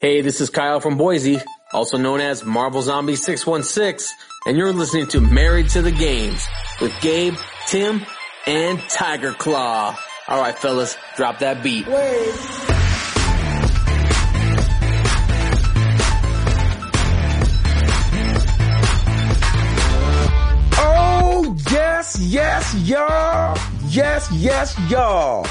Hey, this is Kyle from Boise, also known as Marvel Zombie 616, and you're listening to Married to the Games with Gabe, Tim, and Tiger Claw. Alright fellas, drop that beat. Word. Oh, yes, yes, y'all. Yes, yes, y'all.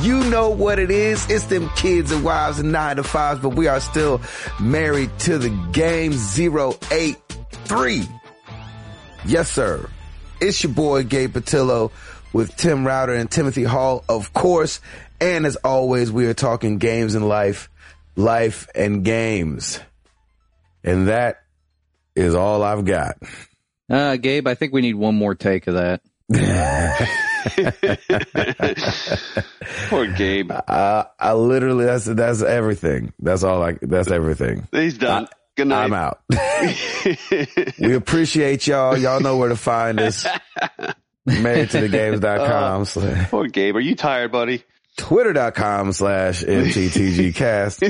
You know what it is. It's them kids and wives and nine to fives, but we are still married to the game 083. Yes, sir. It's your boy Gabe Patillo with Tim Router and Timothy Hall, of course. And as always, we are talking games and life, life and games. And that is all I've got. Uh, Gabe, I think we need one more take of that. Poor Gabe. Uh, I literally that's that's everything. That's all I that's everything. He's done. Good night. I'm out. we appreciate y'all. Y'all know where to find us. Married to the Oh. games.com slash Poor Gabe. Are you tired, buddy? twitter.com slash mttgcast.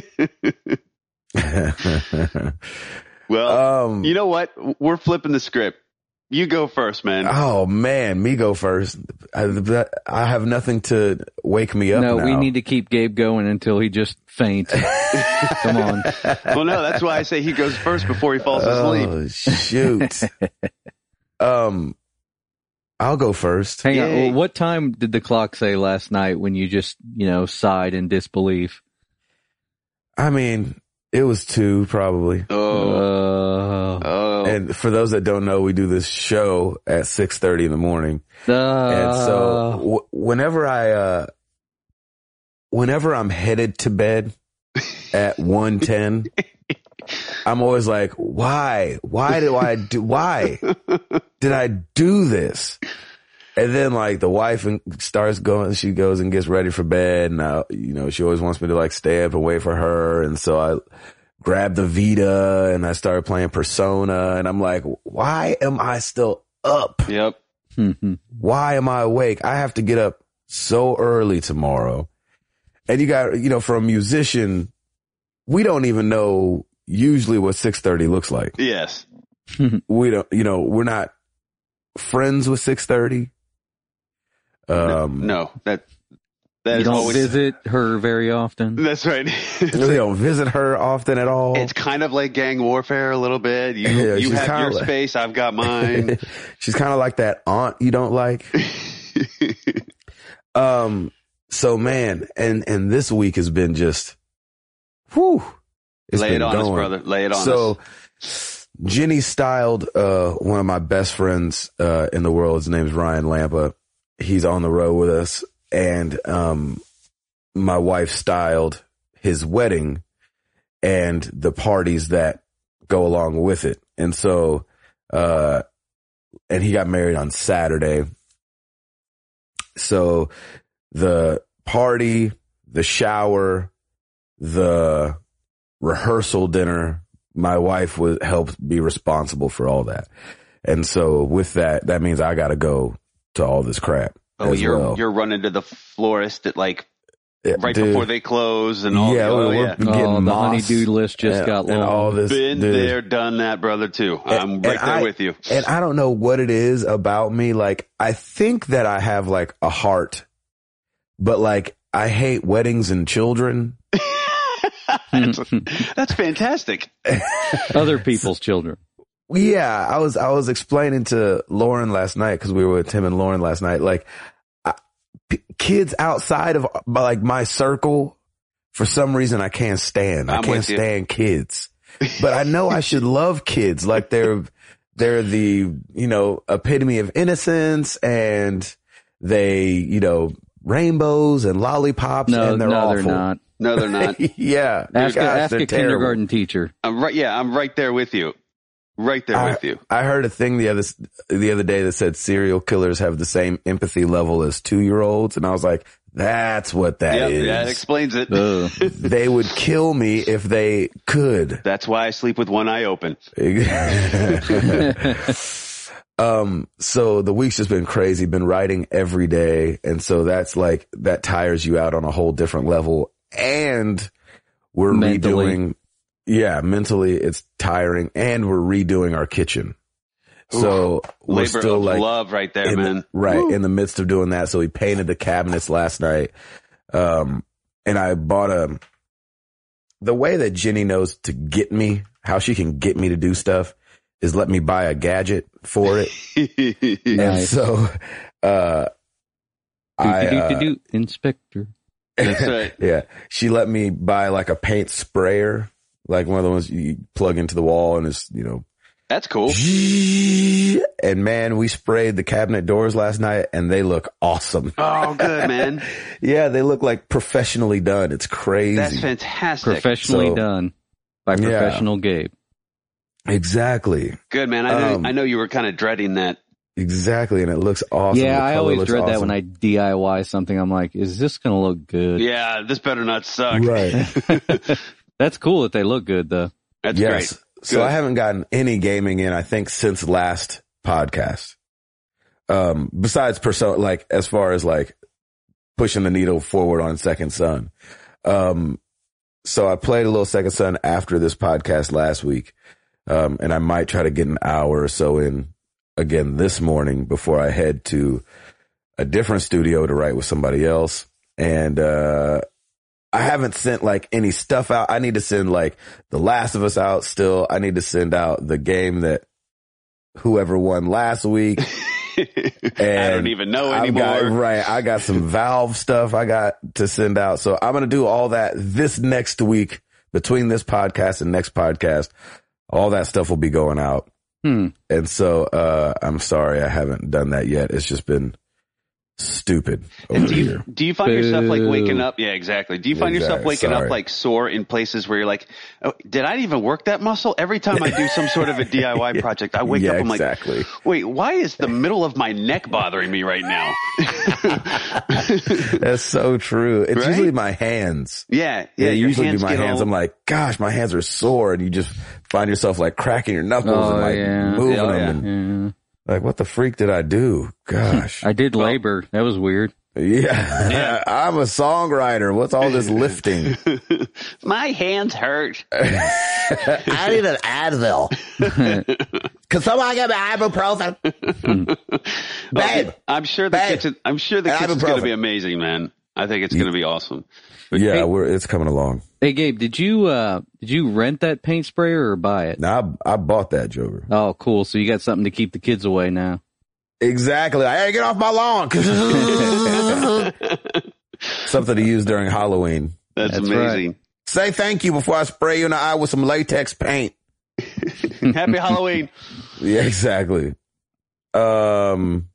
Well, um you know what? We're flipping the script. You go first, man. oh man, me go first. I, that- I have nothing to wake me up. no, we now. need to keep Gabe going until he just faints. Come on. well, no, that's why I say he goes first before he falls asleep. Oh shoot. um I'll go first. Hang on. Yay. Well, what time did the clock say last night when you just, you know, sighed in disbelief? I mean, it was two probably. Oh, Uh, oh, And for those that don't know, we do this show at six thirty in the morning, and so uh, w- whenever I, uh, whenever I'm headed to bed at one ten, I'm always like, why, why do I do, why did I do this? And then like the wife and starts going, she goes and gets ready for bed, and I, you know she always wants me to like stay up and wait for her, and so I grabbed the Vita and I started playing Persona and I'm like, why am I still up? yep. mhm. Why am I awake? I have to get up so early tomorrow. And you got, you know, for a musician, we don't even know usually what 630 looks like. Yes. We don't, you know, we're not friends with 630. Um, No, that that you is don't always visit her very often. that's right. They don't visit her often at all. it's kind of like gang warfare a little bit. You Yeah, you she's have your kinda like- space, I've got mine. She's kind of like that aunt you don't like. Um, so man, and and this week has been just, whew. it's Lay been it on us, going. brother. Lay it on us. So, Jenny styled uh, one of my best friends uh, in the world. His name's Ryan Lampa. He's on the road with us, and um, my wife styled his wedding and the parties that go along with it. And so, uh, and he got married on Saturday. So the party, the shower, the rehearsal dinner, my wife was helped be responsible for all that. And so with that, that means I got to go to all this crap. Oh, as you're well. you're running to the florist at like Yeah, right dude. before they close and all. yeah, the, oh, we're yeah. getting Oh, the moss honeydew list just and, got long. and all this. Been dude. there, done that, brother. Too. I'm and right there I- with you. And I don't know what it is about me. Like, I think that I have like a heart, but like, I hate weddings and children. that's, that's fantastic. Other people's children. Yeah, I was I was explaining to Lauren last night because we were with Tim and Lauren last night. Like, I, p- kids outside of like my circle, for some reason I can't stand. I I'm can't with you. stand kids, but I know I should love kids. Like they're they're the you know epitome of innocence, and they you know rainbows and lollipops, No, and they're no, awful. they're not. No, they're not. yeah, Ask, a- Gosh, ask they're terrible. a kindergarten teacher. I'm right. Yeah, I'm right there with you. Right there I- with you. I heard a thing the other the other day that said serial killers have the same empathy level as two year olds, and I was like, "That's what that Yep, is. that explains it. Ugh. they would kill me if they could." That's why I sleep with one eye open. um. So the week's just been crazy. Been writing every day, and so that's like that tires you out on a whole different level. And we're Mentally. redoing yeah, mentally it's tiring and we're redoing our kitchen. So we're Labor still of like love right there, in the- man. right in the midst of doing that. So we painted the cabinets last night. Um, and I bought a, the way that Jenny knows to get me, how she can get me to do stuff is let me buy a gadget for it. And Nice. so, uh, I, uh, Do-do-do-do-do, Inspector. That's right. yeah, she let me buy like a paint sprayer, like one of the ones you plug into the wall and it's, you know, That's cool. And man, we sprayed the cabinet doors last night and they look awesome. Oh, good, man. Yeah, they look like professionally done. It's crazy. That's fantastic. Professionally So- done by Yeah. professional Gabe. exactly. Good, man. I know, Um, I know you were kind of dreading that. Exactly. And it looks awesome. The yeah, I color always looks dread that awesome. when I DIY something. I'm like, is this going to look good? Yeah, this better not suck. Right. That's cool that they look good though. That's yes. great. So Good. I haven't gotten any gaming in, I think, since last podcast. Um, besides persona, like as far as like pushing the needle forward on Second Son. Um, so I played a little Second Son after this podcast last week. Um, and I might try to get an hour or so in again this morning before I head to a different studio to write with somebody else. And, uh, I haven't sent like any stuff out. I need to send like The Last of Us out still. I need to send out the game that whoever won last week. I And don't even know I've anymore. got- right. I got some Valve stuff I got to send out. So I'm going to do all that this next week between this podcast and next podcast. All that stuff will be going out. Hmm. And so, uh, I'm sorry I haven't done that yet. It's just been stupid over And do here. you do you find yourself like waking Boo. up? Yeah, exactly. Do you find yourself Exactly. waking Sorry. up like sore in places where you're like, oh, did I even work that muscle? Every time I do some sort of a DIY project, I wake yeah, up. I'm like, exactly. wait, why is the middle of my neck bothering me right now? That's so true. It's Right? usually my hands. yeah, yeah. Yeah, your usually hands be my get hands. all- I'm like, gosh, my hands are sore, and you just find yourself like cracking your knuckles and like moving Oh, Yeah, them. And, yeah. like, what the freak did I do? Gosh, I did labor. That was weird. yeah, I'm a songwriter. What's all this lifting? my hands hurt. Uh, I need an Advil. Can someone get me ibuprofen, babe? I'm sure the Babe. kitchen. I'm sure the And kitchen's going to ibuprofen. be amazing, man. I think it's going to be awesome. Yeah, we're it's coming along. Hey Gabe, did you uh did you rent that paint sprayer or buy it? Now I, I bought that Joker. Oh, cool. So you got something to keep the kids away now. Exactly. Hey, get off my lawn. Something to use during Halloween. That's, That's amazing. Say thank you before I spray you in the eye with some latex paint. Happy Halloween. Yeah, exactly. Um,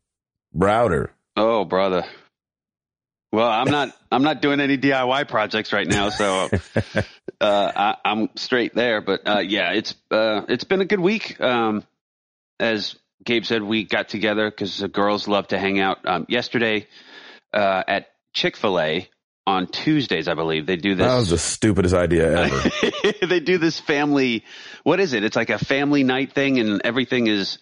Browder. Oh, brother. Well, I'm not. I'm not doing any DIY projects right now, so uh, I, I'm straight there. But uh, yeah, it's uh, it's been a good week. Um, as Gabe said, we got together because the girls love to hang out. Um, yesterday uh, at Chick Fil A on Tuesdays, I believe they do this. That was the stupidest idea ever. they do this family what is it it's like a family night thing and everything is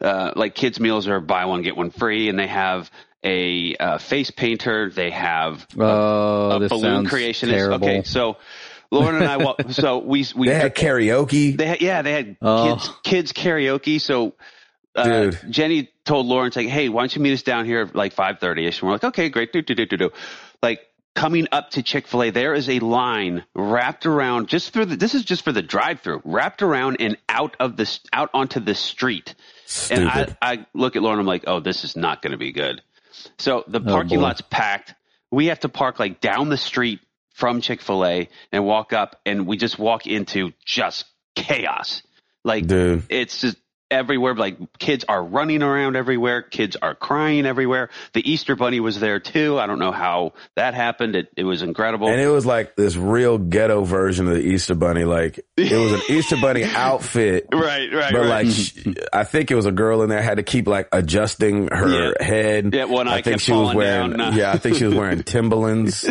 uh, like kids meals are buy one get one free and they have a uh, face painter they have Oh, a this balloon sounds creationist terrible. okay so lauren and i wa- so we we they had karaoke. they had, yeah they had Oh. kids kids karaoke so uh, Dude. Jenny told Lawrence like, "Hey, why don't you meet us down here at like 5:30 ish?" And we're like, "Okay, great." Do do do do do. Like coming up to Chick Fil A, there is a line wrapped around just through the. This is just for the drive-through, wrapped around and out of the out onto the street. Stupid. And I, I look at Lauren, I'm like, "Oh, this is not going to be good." So Oh, the parking boy. lot's packed. We have to park like down the street from Chick Fil A and walk up, and we just walk into just chaos. Like Dude. it's just everywhere. Like kids are running around everywhere. Kids are crying everywhere. The Easter Bunny was there too. I don't know how that happened. It, it was incredible. And it was like this real ghetto version of the Easter Bunny. Like it was an Easter Bunny outfit. right, right, But right. like, she, I think it was a girl in there had to keep like adjusting her Yeah. head. Yeah, one I eye think kept she was falling wearing. down. uh, Yeah, I think she was wearing Timberlands,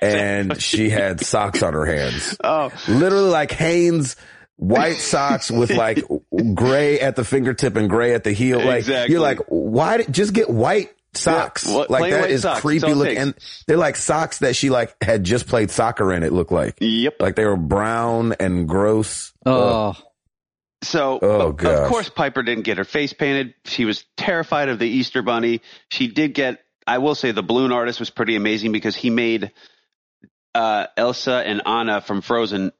and she had socks on her hands. oh, literally like Hanes white socks with like gray at the fingertip and gray at the heel. Like Exactly. you're like, why did, just get white socks. Yeah, what- like plain that white is socks, creepy all it looking. takes. And they're like socks that she like had just played soccer in. It looked like Yep. like they were brown and gross. Ugh. Oh, So, Oh, of- gosh. of course, Piper didn't get her face painted. She was terrified of the Easter Bunny. She did get, I will say, the balloon artist was pretty amazing because he made uh, Elsa and Anna from Frozen.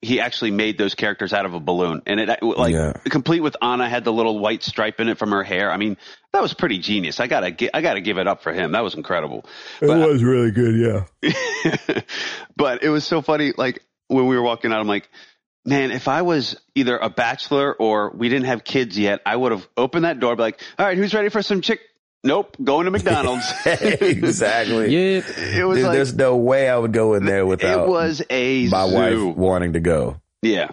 He actually made those characters out of a balloon, and it like Yeah. complete with Anna had the little white stripe in it from her hair. I mean, that was pretty genius. I gotta, gi- I gotta give it up for him. That was incredible. But- was really good. Yeah. but it was so funny. Like when we were walking out, I'm like, man, if I was either a bachelor or we didn't have kids yet, I would have opened that door, be like, all right, who's ready for some chick? Nope, going to McDonald's. exactly. yep. It was Dude, like, there's no way I would go in there without it was a my zoo. wife wanting to go. Yeah.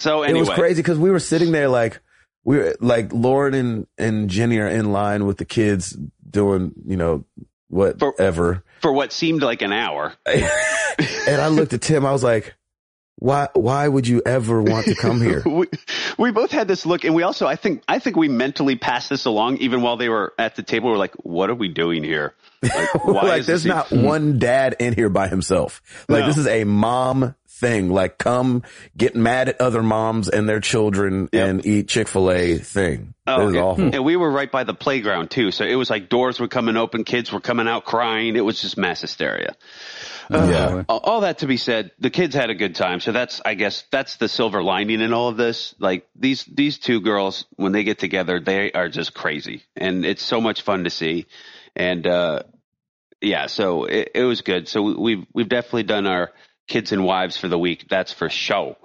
So It anyway, was crazy because we were sitting there like we were like Lauren and and Jenny are in line with the kids doing you know whatever, for what seemed like an hour. and I looked at Tim. I was like, why why would you ever want to come here? We, we both had this look, and we also, I think, I think we mentally passed this along, even while they were at the table. We're like, "What are we doing here? Like, why like is there's this e- not one dad in here by himself. Like No. this is a mom thing. Like come get mad at other moms and their children Yep. and eat Chick Fil A thing. Oh, this is and, awful. and we were right by the playground too, so it was like doors were coming open, kids were coming out crying. It was just mass hysteria. Hmm. Uh, Yeah. All- All that to be said, the kids had a good time, so that's I guess that's the silver lining in all of this. Like these these two girls, when they get together, they are just crazy, and it's so much fun to see. And uh, yeah, so it, it was good. So we've we've definitely done our kids and wives for the week. That's for show.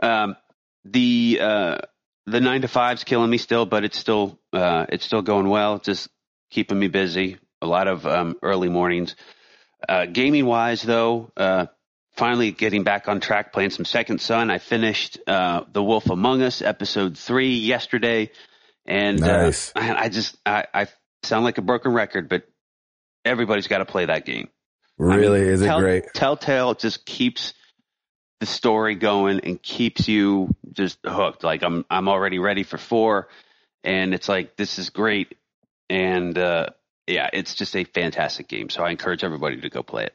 Um, the uh, the nine to five's killing me still, but it's still uh, it's still going well. It's Just keeping me busy. A lot of um, early mornings. Uh, gaming wise, though, uh, finally getting back on track, playing some Second Son. I finished uh, The Wolf Among Us episode three yesterday, and Nice. uh, I, I just I, I sound like a broken record, but everybody's got to play that game. I mean, Really, is it Tell- great? Telltale just keeps the story going and keeps you just hooked. Like I'm, I'm already ready for four, and it's like this is great, and uh, yeah, it's just a fantastic game. So I encourage everybody to go play it.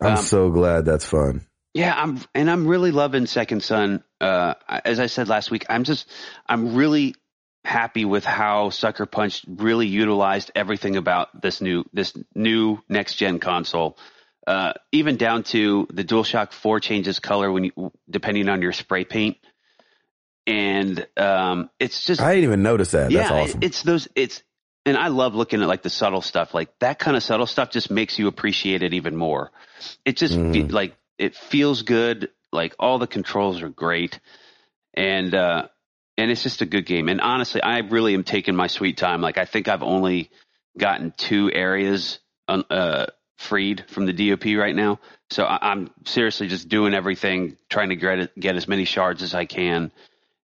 I'm um, so glad that's fun. Yeah, I'm, and I'm really loving Second Son. Uh, as I said last week, I'm just, I'm really happy with how Sucker Punch really utilized everything about this new, this new next gen console. Uh, even down to the DualShock Four changes color when you, depending on your spray paint, and um, it's just I didn't even notice that. that's it- awesome. It's those it's and I love looking at like the subtle stuff. Like that kind of subtle stuff just makes you appreciate it even more. It just fe- Mhm. like it feels good. Like all the controls are great. And uh and it's just a good game. And honestly, I really am taking my sweet time. Like I think I've only gotten two areas un- uh freed from the DOP right now. So I, I'm seriously just doing everything, trying to get, get as many shards as I can.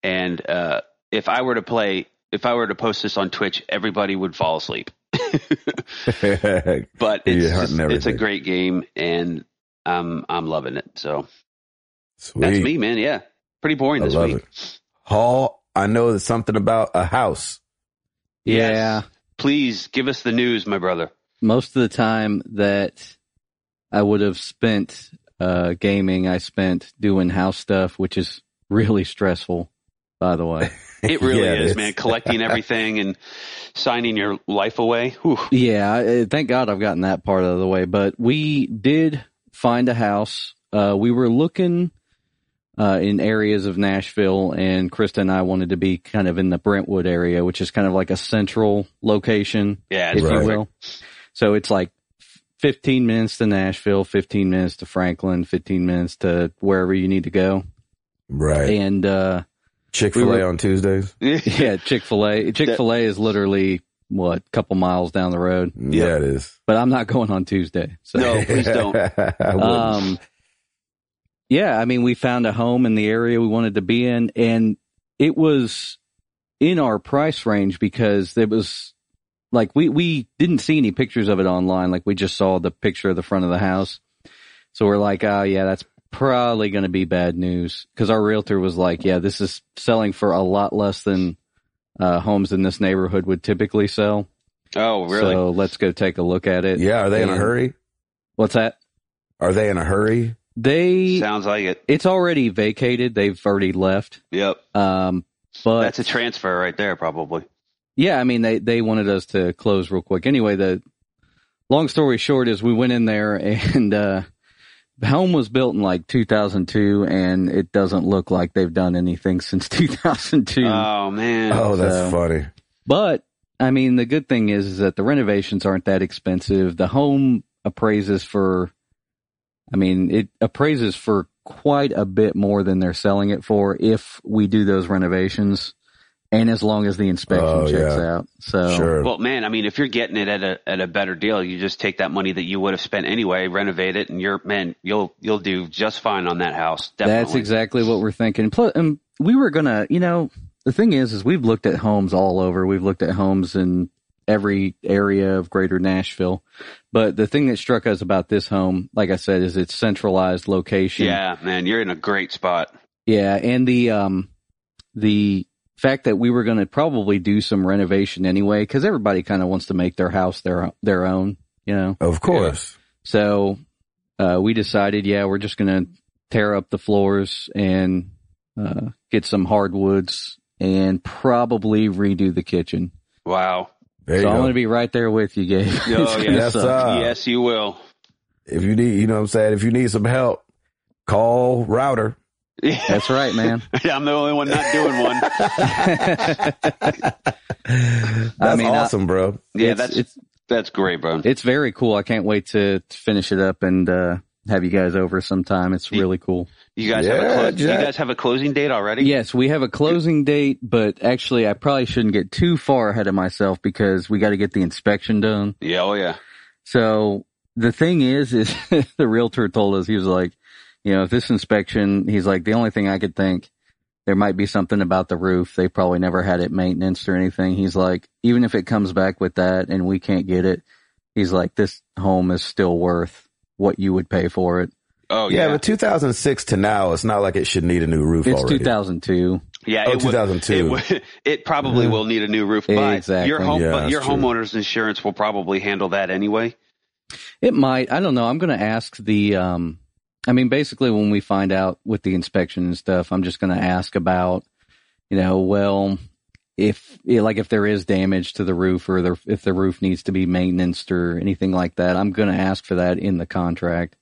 And uh, if I were to play, if I were to post this on Twitch, everybody would fall asleep. But You're hunting it's just- it's a everything. great game, and I'm I'm loving it. So Sweet. that's me, man. Yeah, pretty boring I this love week. it. Hall, I know there's something about a house. Yeah. Please give us the news, my brother. Most of the time that I would have spent uh, gaming, I spent doing house stuff, which is really stressful, by the way. It really Yeah, it is, is. man. Collecting everything and signing your life away. Whew. Yeah, I- I- thank God I've gotten that part out of the way. But we did find a house. Uh, we were looking uh, in areas of Nashville, and Krista and I wanted to be kind of in the Brentwood area, which is kind of like a central location, Yeah, if it's you Right. will. So it's like 15 minutes to Nashville, 15 minutes to Franklin, 15 minutes to wherever you need to go. Right. And uh, Chick fil we A on Tuesdays. yeah, Chick fil A. Chick fil A is literally, what, a couple miles down the road. Yeah, it is. But I'm not going on Tuesday. So. No, please don't. Uh, I wouldn't. Um, yeah, I mean, we found a home in the area we wanted to be in, and it was in our price range because it was like we we didn't see any pictures of it online. Like we just saw the picture of the front of the house, so we're like, oh yeah, that's probably going to be bad news because our realtor was like, yeah, this is selling for a lot less than uh, homes in this neighborhood would typically sell. Oh, really? So let's go take a look at it. Yeah, are they in a And- hurry? What's that? Are they in a hurry? They Sounds like it. it's already vacated. They've already left. Yep. Um, but That's a transfer right there, probably. yeah, I mean they they wanted us to close real quick. Anyway, the long story short is we went in there and uh, the home was built in like 2002, and it doesn't look like they've done anything since 2002. Oh man. Oh, that's So- funny. But I mean, the good thing is, is that the renovations aren't that expensive. The home appraises for, I mean, it appraises for quite a bit more than they're selling it for if we do those renovations and as long as the inspection Oh, checks yeah. out. So, Sure. um, Well, man, I mean, if you're getting it at a at a better deal, you just take that money that you would have spent anyway, renovate it, and you're man, you'll you'll do just fine on that house. Definitely. that's exactly what we're thinking. Plus, and we were going to, you know, the thing is, is we've looked at homes all over. We've looked at homes in every area of greater Nashville. But the thing that struck us about this home, like I said, is its centralized location. Yeah, man, you're in a great spot. Yeah, and the um the fact that we were going to probably do some renovation anyway cuz everybody kind of wants to make their house their their own, you know. Of course. So uh we decided yeah, we're just going to tear up the floors and uh get some hardwoods and probably redo the kitchen. Wow. There so you I'm go. going to be right there with you, Gabe. Oh, It's gonna That's yes. suck. uh, yes, you will. if you need, you know what I'm saying? If you need some help, call router. Yeah, That's right, man. I'm the only one not doing one. That's mean, I- awesome, bro. Yeah, It's- that's it's that's great, bro. It's very cool. I can't wait to, to finish it up and uh, have you guys over sometime. It's really cool. You guys have a Yeah, close, you Jack. guys have a closing date already? Yes, we have a closing date, but actually, I probably shouldn't get too far ahead of myself because we got to get the inspection done. Yeah, oh yeah. So the thing is, is the realtor told us he was like, you know, if this inspection, he's like, the only thing I could think. There might be something about the roof. They probably never had it maintenance or anything. He's like, even if it comes back with that and we can't get it, he's like, this home is still worth what you would pay for it. Oh yeah, yeah. Yeah, but 2006 to now, it's not like it should need a new roof It's already. Oh, 2002. it would- 2002. It, would- it probably will need a new roof, but Uh-huh. Exactly. your home, Yeah, but that's your true. homeowner's insurance will probably handle that anyway. It might. I don't know. I'm going to ask the. Um, I mean, basically, when we find out with the inspection and stuff, I'm just going to ask about, you know, well, if yeah, like if there is damage to the roof or the, if the roof needs to be maintained or anything like that, I'm going to ask for that in the contract.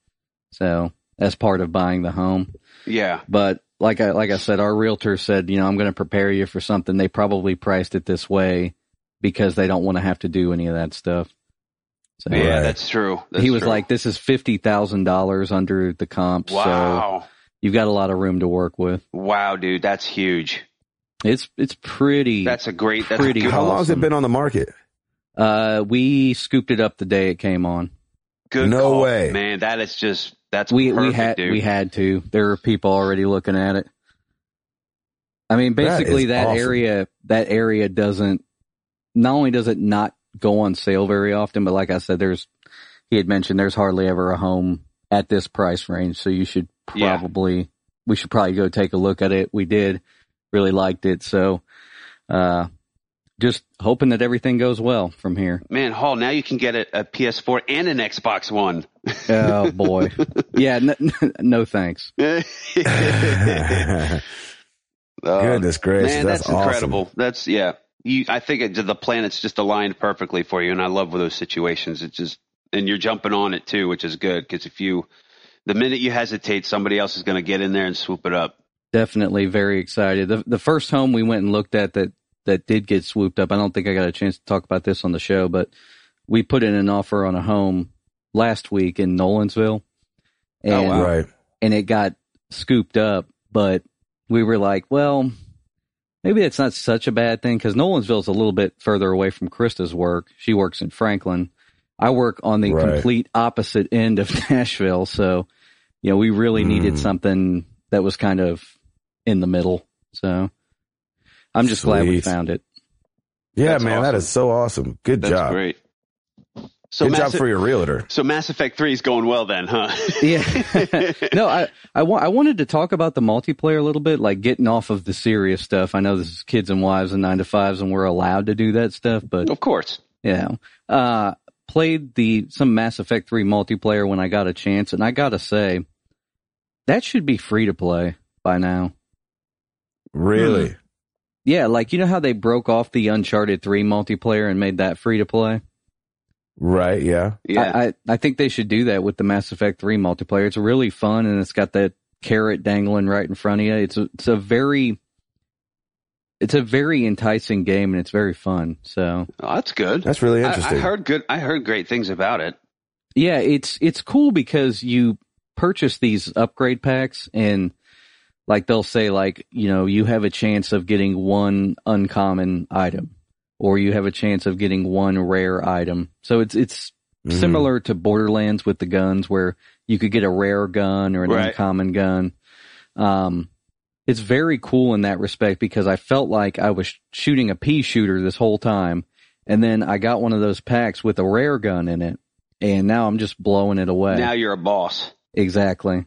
So as part of buying the home. Yeah. But like I like I said, our realtor said, you know, I'm going to prepare you for something. They probably priced it this way because they don't want to have to do any of that stuff. So Yeah, Right. that's true. That's he was true. like, "This is fifty thousand dollars under the comp, so Wow. you've got a lot of room to work with." Wow, dude, that's huge. It's it's pretty. That's a great that's Pretty a good, How long has it Awesome. been on the market? uh, we scooped it up the day it came on. good No call. way. Man, that is just that's We perfect, we had dude. we had to. There were people already looking at it. I mean, That is basically that, awesome. area that area doesn't. Not only does it not go on sale very often, but like I said, there's he had mentioned there's hardly ever a home at this price range, so you should Yeah. probably we should probably go take a look at it. We did really liked it, so uh, just hoping that everything goes well from here. Man, Hall, now you can get a, a PS4 and an Xbox One. Oh boy, yeah, no, no thanks. Uh, Goodness Goodness gracious. Uh, man, that's, that's, awesome. incredible. That's yeah. You, I think it, the planets just aligned perfectly for you, and I love those situations. It just and you're jumping on it too, which is good because if you, the minute you hesitate, somebody else is going to get in there and swoop it up. definitely very excited. The the first home we went and looked at that that did get swooped up. I don't think I got a chance to talk about this on the show, but we put in an offer on a home last week in Nolansville, and wow. Right. and it got scooped up. But we were like, well, maybe that's not such a bad thing because Nolansville's a little bit further away from Krista's work. She works in Franklin. I work on the Right. complete opposite end of Nashville, so you know we really needed Mm. something that was kind of in the middle. So I'm just glad we Sweet. found it. Yeah, That's man, that awesome. is so awesome. Good That's job. great. So Good Mass, E- job for your realtor. so Mass Effect Three is going well then, huh? Yeah. no, I I, wa- I wanted to talk about the multiplayer a little bit, like getting off of the serious stuff. I know this is kids and wives and nine to fives, and we're allowed to do that stuff, but of course. you know, uh, played the some Mass Effect three multiplayer when I got a chance, and I gotta say, that should be free to play by now. Really? Yeah, like you know how they broke off the Uncharted three multiplayer and made that free to play. Hmm. Right? Yeah. Yeah. I, I I think they should do that with the Mass Effect three multiplayer. It's really fun, and it's got that carrot dangling right in front of you. It's a, it's a very it's a very enticing game, and it's very fun. So oh, that's good. That's really I- interesting. I, heard good. I heard great things about it. Yeah, it's it's cool because you purchase these upgrade packs and like they'll say like, you know, you have a chance of getting one uncommon item or you have a chance of getting one rare item. So it's it's Mhm. similar to Borderlands with the guns where you could get a rare gun or an Right. uncommon gun. Um it's very cool in that respect because I felt like I was shooting a pea shooter this whole time and then I got one of those packs with a rare gun in it and now I'm just blowing it away. Now you're a boss. exactly.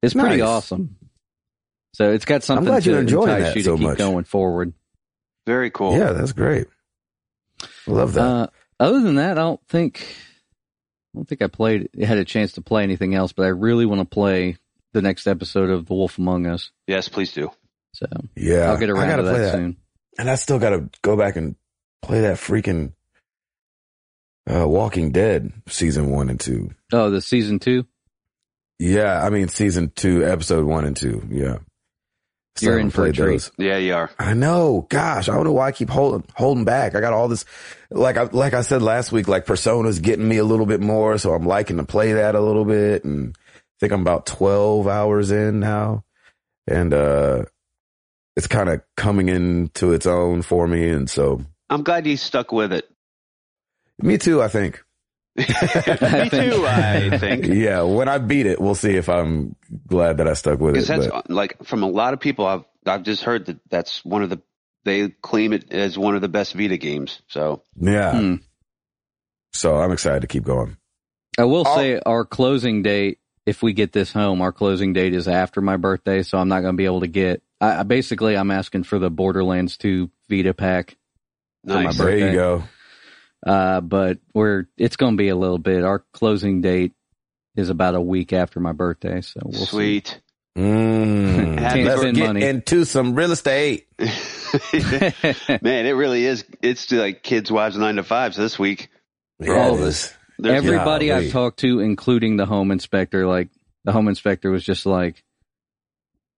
It's pretty Nice. awesome. So it's got something glad to you're enjoying entice that you to so keep much. going forward. Very cool. Yeah, that's great. I love that. Uh, other than that, I don't think I don't think I played had a chance to play anything else, but I really want to play the next episode of The Wolf Among Us. Yes, please do. So yeah. I'll get I around gotta to play that, soon. And I still got to go back and play that freaking uh, Walking Dead season one and two. Oh, the season two? Yeah, I mean season two, episode one and two. Yeah, You're haven't in for a played treat. Yeah, you are. I know. Gosh, I don't know why I keep holding holding back. I got all this, like I like I said last week, like Persona's getting me a little bit more, so I'm liking to play that a little bit, and I think I'm about twelve hours in now, and uh it's kind of coming into its own for me, and so I'm glad you stuck with it. me too. I think. Me too. I think Yeah, when I beat it, we'll see if I'm glad that I stuck with it. because that's but- like from a lot of people. I've I've just heard that that's one of the they claim it as one of the best Vita games. So yeah, Hmm. so I'm excited to keep going. I will I'll- say our closing date, if we get this home, our closing date is after my birthday, so I'm not going to be able to get. I, I basically I'm asking for the Borderlands 2 Vita pack, nice. birthday. There you go. uh, but we're it's going to be a little bit. Our closing date is about a week after my birthday, so we'll see. Sweet. Mm. Can't Let's spend get money. into some real estate. Man, it really is. It's like kids' wives nine to fives this week. All of us. There's- Everybody I've golly. talked to, including the home inspector, like the home inspector was just like,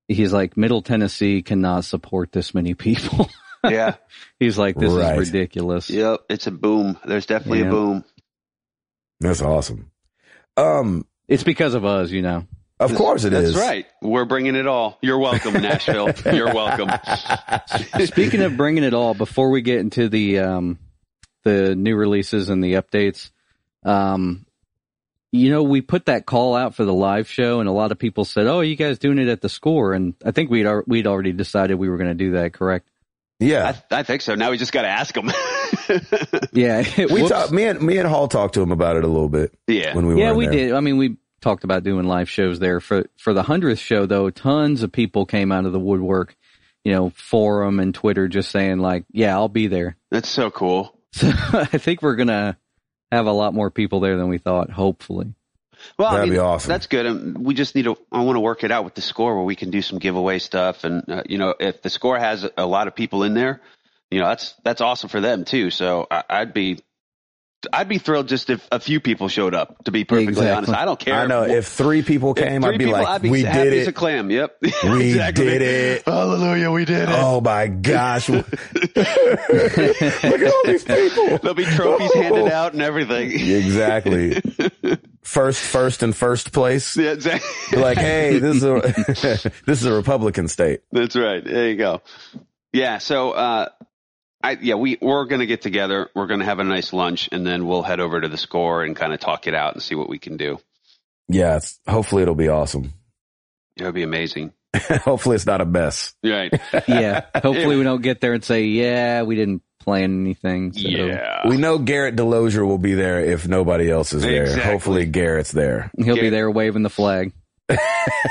he's like, Middle Tennessee cannot support this many people. yeah. he's like, this Right. is ridiculous. Yep. It's a boom. There's definitely Yeah. a boom. That's awesome. Um, It's because of us, you know. of course it That's is. right. We're bringing it all. You're welcome, Nashville. You're welcome. Uh, Speaking of bringing it all, before we get into the um, the new releases and the updates, um, you know, we put that call out for the live show, and a lot of people said, "Oh, you guys doing it at the score?" And I think we'd al- we'd already decided we were going to do that, correct? Yeah. I, I think so. Now we just got to ask them. Yeah, We whoops. talked, me and, me and Hall talked to him about it a little bit yeah. when we were yeah, in we there. did. I mean, we talked about doing live shows there for for the hundredth show. Though tons of people came out of the woodwork, you know, forum and Twitter, just saying like, "Yeah, I'll be there." That's so cool. So I think we're gonna have a lot more people there than we thought. Hopefully, Well, I That'd mean, be awesome. That's good. And we just need to. I want to work it out with the score where we can do some giveaway stuff. And uh, you know, if the score has a lot of people in there, you know, that's that's awesome for them too. So I, I'd be. I'd be thrilled just if a few people showed up. To be perfectly Exactly. honest, I don't care. I know. If three people If came, three I'd be people, like, we happy did as a it. clam. Yep, We exactly. did it. Hallelujah, we did it. Oh my gosh. Look at all these people. There'll be trophies handed out and everything. Exactly. First, first and first place. Yeah, exactly. Be Like, hey, this is a, this is a Republican state. That's right. There you go. Yeah. So, uh, I yeah, we we're gonna get together. We're gonna have a nice lunch, and then we'll head over to the score and kind of talk it out and see what we can do. Yeah. It's, hopefully it'll be awesome. It would be amazing. hopefully it's not a mess. Right. yeah. Hopefully, we don't get there and say, "Yeah, we didn't plan anything." So. yeah. we know Garrett Delosier will be there if nobody else is there. Exactly. Hopefully Garrett's there. He'll Okay. be there waving the flag.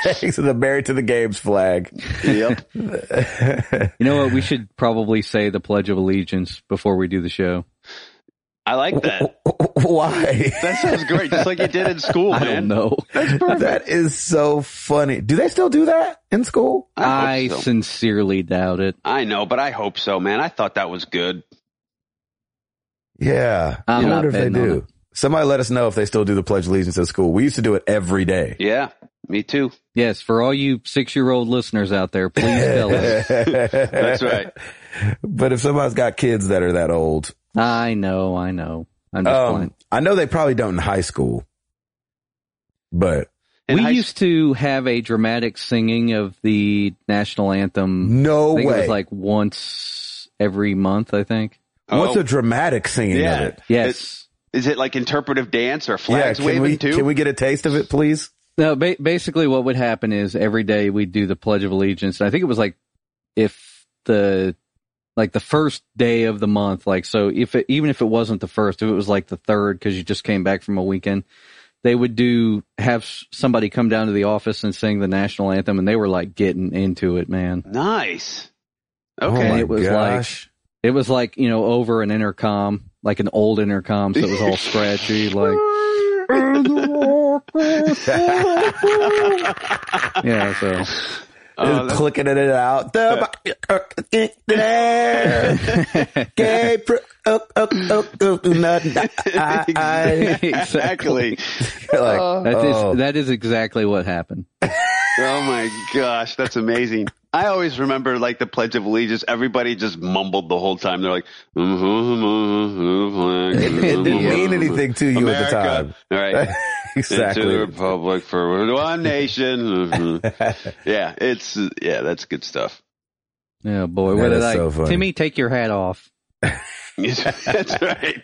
Thanks to the Barry to the Games flag. yep. You know what? We should probably say the Pledge of Allegiance before we do the show. I like that. Why? That sounds great, just like you did in school, I don't man. know. That's perfect. that is so funny. Do they still do that in school? I, I hope so. sincerely doubt it. I know, but I hope so, man. I thought that was good. Yeah. I'm I not wonder if they betting on do. Somebody let us know if they still do the Pledge of Allegiance at school. We used to do it every day. Yeah, me too. Yes, for all you six year old listeners out there, please tell us. That's right. But if somebody's got kids that are that old, I know, I know. I'm just playing. um, I know they probably don't in high school, but In we high used to have a dramatic singing of the national Mm. anthem. no I think way. it was like once every month, I think. Oh, What's a dramatic singing Yeah. of it? Yes. Is it like interpretive dance or flags yeah, can waving we, too? can we get a taste of it, please? no, ba- basically what would happen is every day we'd do the Pledge of Allegiance. And I think it was like if the like the first day of the month, like so if it, even if it wasn't the first, if it was like the third because you just came back from a weekend, they would do have s- somebody come down to the office and sing the national anthem, and they were like getting into it, man. nice. Oh Okay. my it was like- gosh. It was like, you know, over an intercom, like an old intercom, so it was all scratchy, like Yeah, so Oh, Just clicking it out. The- Gay pro- oh, oh, oh, oh, do not die. that's- exactly. Like, That is oh. that is exactly what happened. oh my gosh, that's amazing. I always remember like the Pledge of Allegiance. Everybody just mumbled the whole time. They're like, "Mm-hmm, It, it didn't mean anything to you America. at All the time. right. Into the exactly. Republic for one nation. Mhm. yeah, it's yeah, that's good stuff. Yeah, boy, That what is did I? so funny. Timmy, take your hat off. that's right.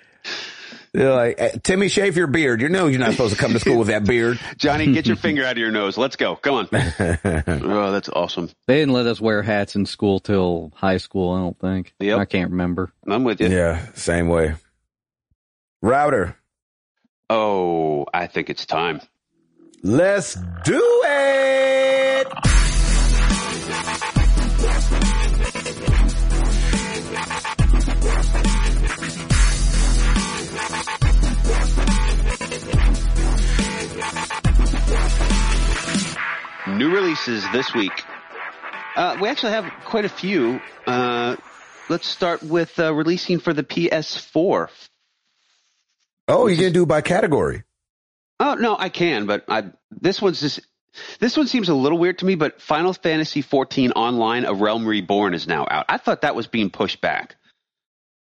They're like, "Eh, Timmy, shave your beard. You know you're not supposed to come to school with that beard. Johnny, get your finger out of your nose. Let's go. Come on. Oh, that's awesome. They didn't let us wear hats in school till high school. I don't think. Yep. I can't remember. I'm with you. yeah, same way. Router, Oh, I think it's time. let's do it. New releases this week. Uh, we actually have quite a few. Uh, let's start with uh, releasing for the PS4. Oh, you're gonna do it by category. Oh no, I can, but I this one's just this one seems a little weird to me. But Final Fantasy XIV Online: A Realm Reborn is now out. I thought that was being pushed back,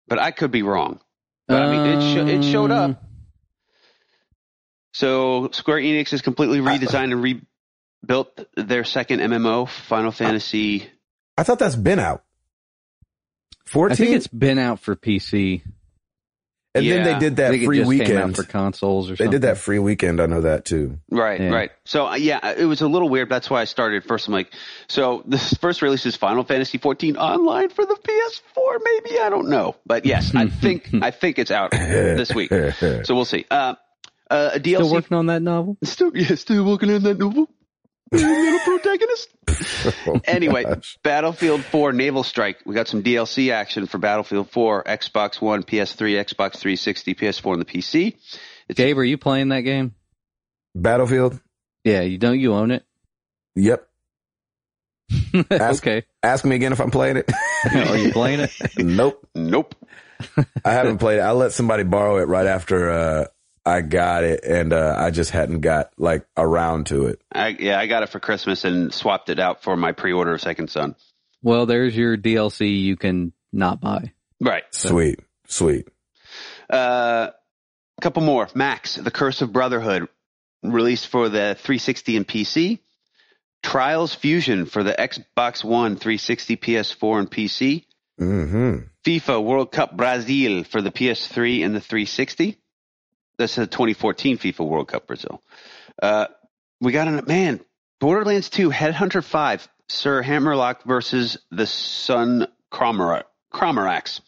but I could be wrong. But I mean, it sho- it showed Um, up. So Square Enix has completely redesigned and rebuilt their second MMO, Final Fantasy. I thought that's been out. I think Fourteen, it's been out for PC. and then yeah. they did I that think it free just Came out weekend. for consoles or They something. did that free weekend. I know that too. Right, Yeah. right. So uh, yeah, it was a little weird. That's why I started first. I'm like, so this first release is Final Fantasy 14 online for the PS4. Maybe I don't know, but yes, I think I think it's out this week. So we'll see. Uh, uh, a DLC. Still working on that novel. Still, yeah, still working on that novel. Little protagonist. Oh, Anyway, Battlefield 4 Naval Strike. We got some DLC action for Battlefield 4, Xbox One, PS3, Xbox 360, PS4, and the PC. Gabe, are you playing that game? Battlefield. Yeah, you don't. You own it. Yep. Ask- okay. Ask me again if I'm playing it. are you playing it? nope. Nope. I haven't played it. I let somebody borrow it right after uh, I got it, and uh, I just hadn't got like around to it. I, yeah, I got it for Christmas and swapped it out for my pre-order of Second Son. Well, there's your DLC you can not buy. Right. Sweet, sweet. Uh, a couple more. Max, The Curse of Brotherhood, released for the 360 and PC. Trials Fusion for the Xbox One, 360, PS4, and PC. hmm FIFA World Cup Brazil for the PS3 and the 360. That's the 2014 FIFA World Cup Brazil. Uh, we got an man. Borderlands 2, Headhunter 5, Sir Hammerlock versus the Sun Cromera- Cromerax.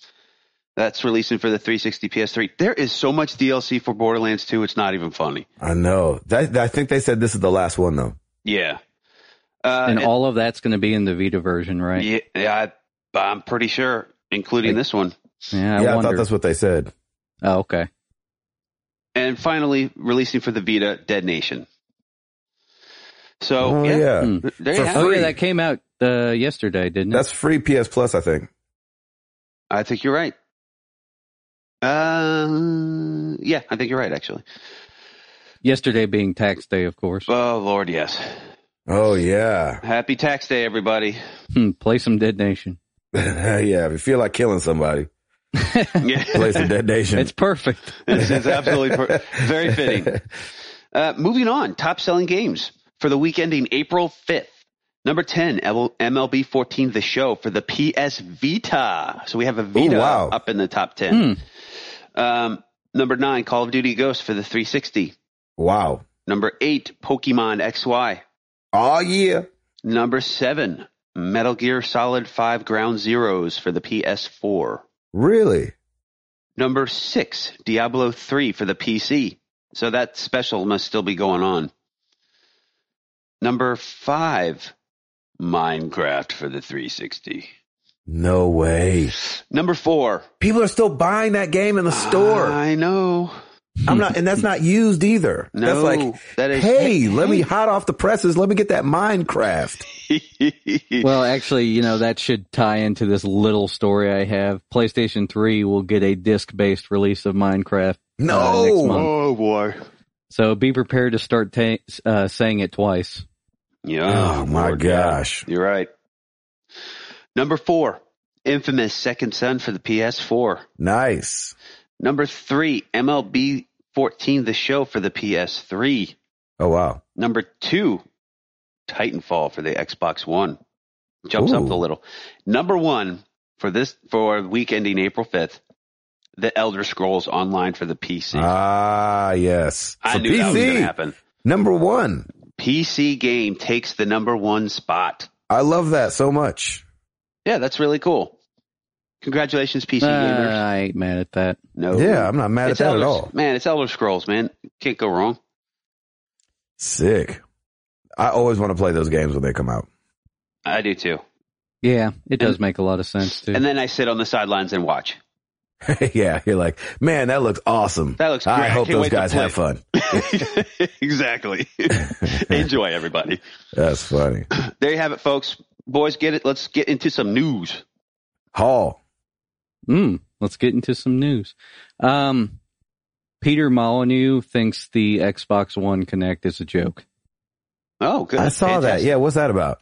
That's releasing for the 360 PS3. There is so much DLC for Borderlands 2, it's not even funny. I know. That, I think they said this is the last one though. Yeah. Uh, and all of that's going to be in the Vita version, right? Yeah, yeah I, I'm pretty sure, including Like- this one. Yeah, I yeah, I wonder. thought that's what they said. Oh, okay. and finally releasing for the Vita Dead Nation. So oh, yeah, yeah. Hmm. th- there you For have Oh free. it. yeah, that came out uh, yesterday, didn't it? That's free PS Plus, I think. I think you're right. Uh, yeah, I think you're right actually. yesterday being tax day, of course. Oh Lord, yes. Oh yeah, Happy Tax Day, everybody. Hmm, play some Dead Nation. yeah. If you feel like killing somebody, Yeah, play some Dead Nation. It's perfect. this is absolutely per- very fitting. Uh, moving on, top selling games for the week ending April 5th. Number 10, ML- MLB 14 The Show for the PS Vita. So we have a Vita wow. up in the top 10. Um, number 9, Call of Duty Ghosts for the 360. wow. Number 8, Pokemon XY. Oh yeah. Number 7, Metal Gear Solid 5 Ground Zeroes for the PS4. Really? Number 6, Diablo 3 for the PC. So that special must still be going on. Number 5, Minecraft for the 360. No way. Number 4, People are still buying that game in the store. I know. I'm not, and that's not used either. No, that's like, that is- hey, let me hot off the presses. Let me get that Uh, Minecraft. Well, actually, you know, that should tie into this little story I have. PlayStation 3 will get a disc based release of Minecraft. Uh, next No. month. oh boy. So be prepared to start ta- uh, saying it twice. Yeah. oh my gosh. You're right. Number 4, Infamous Second Son for the PS4. Nice. Number 3, MLB 14 The Show for the PS3. Oh wow. Number two, Titanfall for the Xbox One. Jumps up Ooh. a little. Number one for this for week ending April fifth, the Elder Scrolls Online for the PC. Ah, yes. I For knew that was gonna happen. Number one. PC game takes the number one spot. I love that so much. Yeah, that's really cool. Congratulations, PC Uh, gamers. I ain't mad at that. No, Yeah, I'm not mad It's at that Elder- at all. Man, it's Elder Scrolls, man. Can't go wrong. Sick. I always want to play those games when they come out. I do too. Yeah, it does make a lot of sense, too. And then I sit on the sidelines and watch. yeah, you're like, man, that looks awesome. That looks great. I I hope can't those wait to guys play. have fun. exactly. Enjoy everybody. That's funny. There you have it, folks. Boys, get it. Let's get into some news. Hall. Mm, let's get into some news. Um, Peter Molyneux thinks the Xbox One Connect is a joke. Oh, good. I saw that. Yeah, what's that about?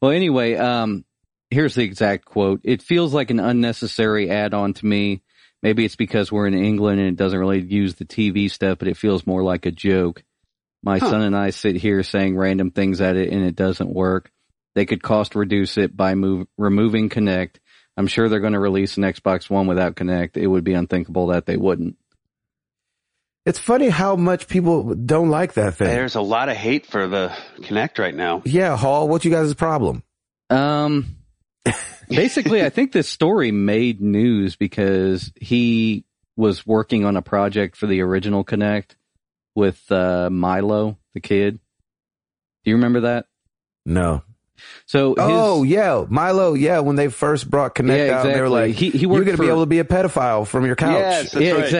Well, anyway, um, here's the exact quote. It feels like an unnecessary add on to me. Maybe it's because we're in England and it doesn't really use the TV stuff, but it feels more like a joke. My Huh. son and I sit here saying random things at it and it doesn't work. They could cost reduce it by move, removing Connect. I'm sure they're going to release an Xbox One without Connect. It would be unthinkable that they wouldn't. It's funny how much people don't like that thing. There's a lot of hate for the Connect right now. yeah, Hall, what's you guys' problem? Um, basically, I think this story made news because he was working on a project for the original Connect with uh, Milo, the kid. Do you remember that? No. So, his, oh, yeah. Milo, yeah, when they first brought Connect out, they were like, he, he you're worked going to for, be able to be a pedophile from your couch. Yes, that's yeah, right.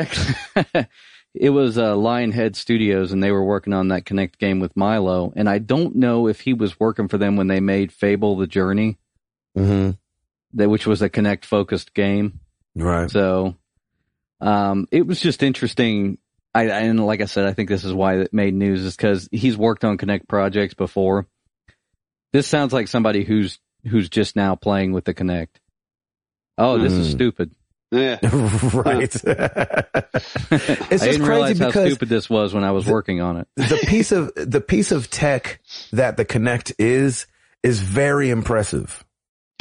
exactly. it was uh, Lionhead Studios, and they were working on that Connect game with Milo. And I don't know if he was working for them when they made Fable: The Journey, hmm that which was a Connect focused game. Right. So, um, it was just interesting. I, I- and like I said, I think this is why it made news is because he's worked on Connect projects before. This sounds like somebody who's who's just now playing with the Connect. Oh, this is Hmm. stupid. Yeah. right. it's I just didn't crazy realize how because stupid this was when I was working on it. the piece of the piece of tech that the Connect is is very impressive.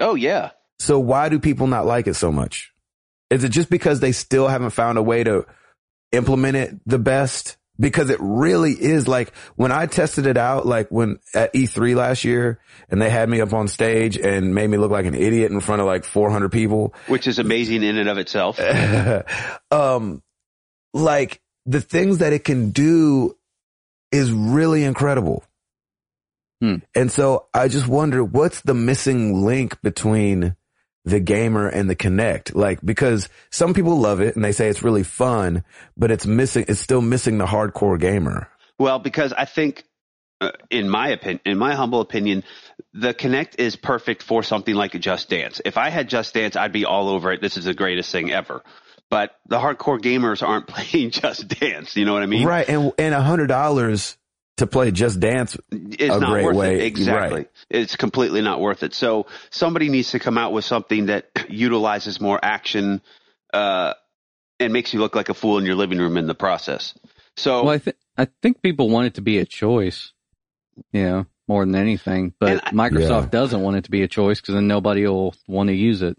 Oh, yeah. So why do people not like it so much? Is it just because they still haven't found a way to implement it the best? Because it really is like when I tested it out, like when at E3 last year and they had me up on stage and made me look like an idiot in front of like 400 people. Which is amazing in and of itself. um, like the things that it can do is really incredible. Hmm. And so I just wonder what's the missing link between the gamer and the connect. Like, because some people love it and they say it's really fun, but it's missing, it's still missing the hardcore gamer. Well, because I think, uh, in my opinion, in my humble opinion, the Connect is perfect for something like a Just Dance. If I had Just Dance, I'd be all over it. This is the greatest thing ever. But the hardcore gamers aren't playing Just Dance. You know what I mean? Right. And, and a hundred dollars to play Just Dance. It's A not great worth way- it. Exactly. right. It's completely not worth it. So somebody needs to come out with something that utilizes more action, uh, and makes you look like a fool in your living room in the process. Oh. So Well, I think I think people want it to be a choice, you know, more than anything. And But I- Microsoft Yeah. doesn't want it to be a choice because then nobody will want to use it.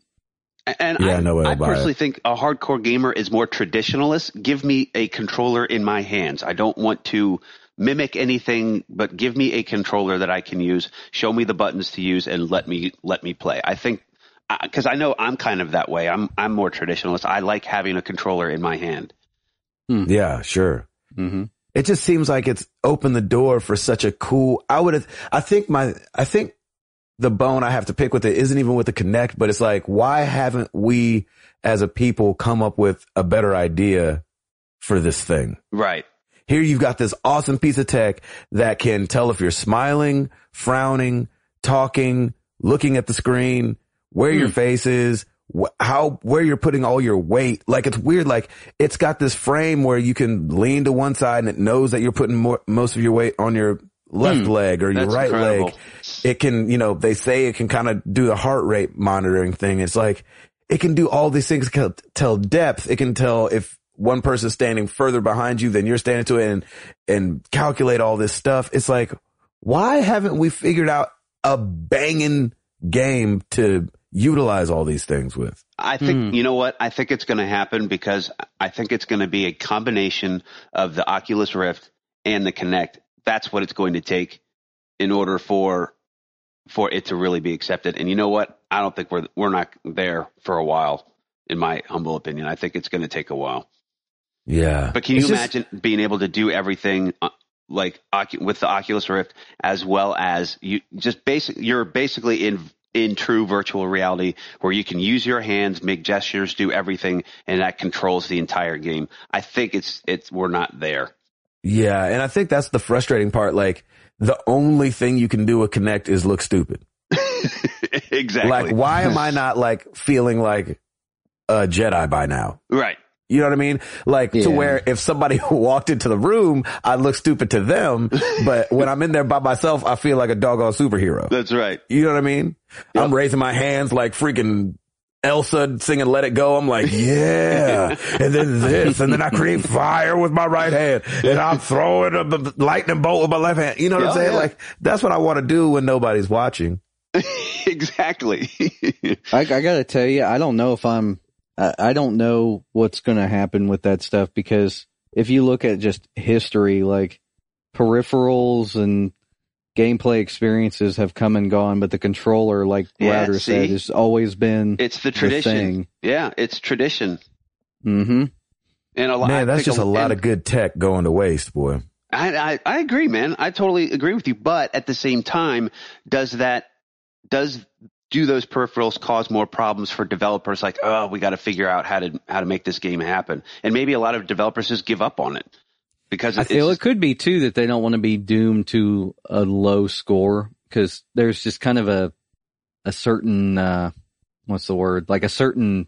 And Yeah, I, I know it'll I buy personally think a hardcore gamer is more traditionalist. Give me a controller in my hands. I don't want to mimic anything, but give me a controller that I can use. Show me the buttons to use, and let me let me play. I think because I know I'm kind of that way. I'm I'm more traditionalist. I like having a controller in my hand. Yeah, sure. hmm it just seems like it's opened the door for such a cool i would i think my i think the bone i have to pick with it isn't even with the connect but it's like why haven't we as a people come up with a better idea for this thing Right. here you've got this awesome piece of tech that can tell if you're smiling frowning talking looking at the screen where Hmm. your face is wh- how where you're putting all your weight like it's weird like it's got this frame where you can lean to one side and it knows that you're putting more most of your weight on your left leg or your Hmm. That's right incredible. leg it can you know they say it can kind of do the heart rate monitoring thing it's like it can do all these things it can tell depth it can tell if one person's standing further behind you than you're standing to it and and calculate all this stuff it's like why haven't we figured out a banging game to utilize all these things with I think you know what I think it's going to happen because I think it's going to be a combination of the Oculus Rift and the Connect. That's what it's going to take in order for for it to really be accepted. And you know what? I don't think we're we're not there for a while in my humble opinion. I think it's going to take a while. yeah But can you It's just- imagine being able to do everything uh, like Ocu- with the Oculus Rift as well as you just basic you're basically in in true virtual reality where you can use your hands, make gestures, do everything and that controls the entire game. I think it's it's we're not there. yeah and i think that's the frustrating part like the only thing you can do with connect is look stupid exactly. Like, why am I not like feeling like a Jedi by now? right. You know what I mean? Like Yeah. to where if somebody walked into the room, I look stupid to them. But when I'm in there by myself, I feel like a doggone superhero. That's right. You know what I mean? I'm raising my hands like freaking Elsa singing Let It Go. I'm like, yeah. and then this. And then I create fire with my right hand and I'm throwing a b- lightning bolt with my left hand. You know what I'm Yeah, saying? yeah. Like that's what I want to do when nobody's watching. exactly. I, I gotta tell you, I don't know if I'm, I, I don't know what's gonna happen with that stuff because if you look at just history, like peripherals and gameplay experiences have come and gone, but the controller, like Yeah, Router said, see? has always been. it's the tradition. thing. yeah, it's tradition. mm-hmm. And a lot I Man, that's think just a lot and- of good tech going to waste, boy. I, I I agree, man. I totally agree with you. But at the same time, does that does do those peripherals cause more problems for developers? Like, oh, we got to figure out how to how to make this game happen, and maybe a lot of developers just give up on it because I it's, feel it could be too that they don't want to be doomed to a low score because there's just kind of a a certain uh, what's the word like a certain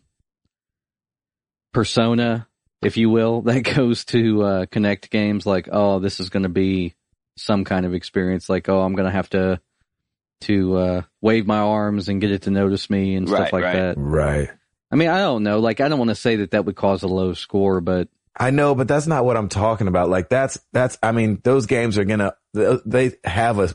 persona, if you will, that goes to uh, connect games. Like, oh, this is going to be some kind of experience. Like, oh, I'm going to have to to uh, wave my arms and get it to notice me and Right, stuff like right. that. Right. I mean, I don't know. Like, I don't want to say that that would cause a low score, but I know, but that's not what I'm talking about. Like that's, that's, I mean, those games are gonna, th- they have a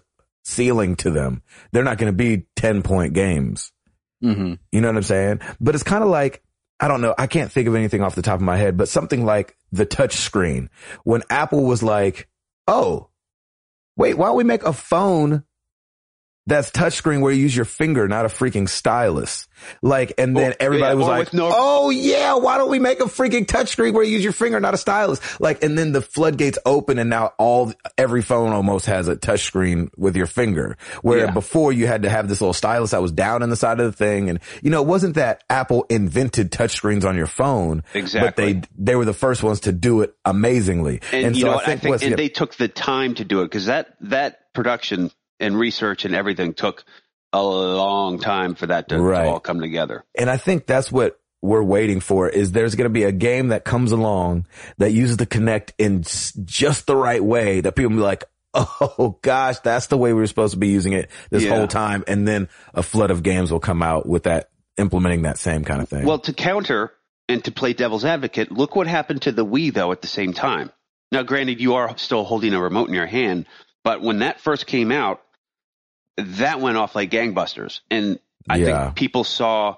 ceiling to them. They're not gonna be 10 point games. hmm You know what I'm saying? But it's kind of like, I don't know. I can't think of anything off the top of my head, but something like the touch screen when Apple was like, Oh, wait, why don't we make a phone that's touchscreen where you use your finger, not a freaking stylus. Like, and then Or- everybody yeah, was or like, with no- "Oh yeah, why don't we make a freaking touchscreen where you use your finger, not a stylus?" Like, and then the floodgates open, and now all every phone almost has a touchscreen with your finger, where Yeah. before you had to have this little stylus that was down in the side of the thing, and you know, it wasn't that Apple invented touchscreens on your phone, Exactly. But they they were the first ones to do it amazingly, and, you know what? I think, what's- and yeah. they took the time to do it because that that production and research and everything took a long time for that to, to Right. all come together. And I think that's what we're waiting for is there's going to be a game that comes along that uses the connect in s- just the right way that people be like, Oh gosh, that's the way we were supposed to be using it this Yeah. whole time. And then a flood of games will come out with that implementing that same kind of thing. Well, to counter and to play devil's advocate, look what happened to the Wii though at the same time. Now, granted, you are still holding a remote in your hand, but when that first came out, that went off like gangbusters, and I Yeah. think people saw.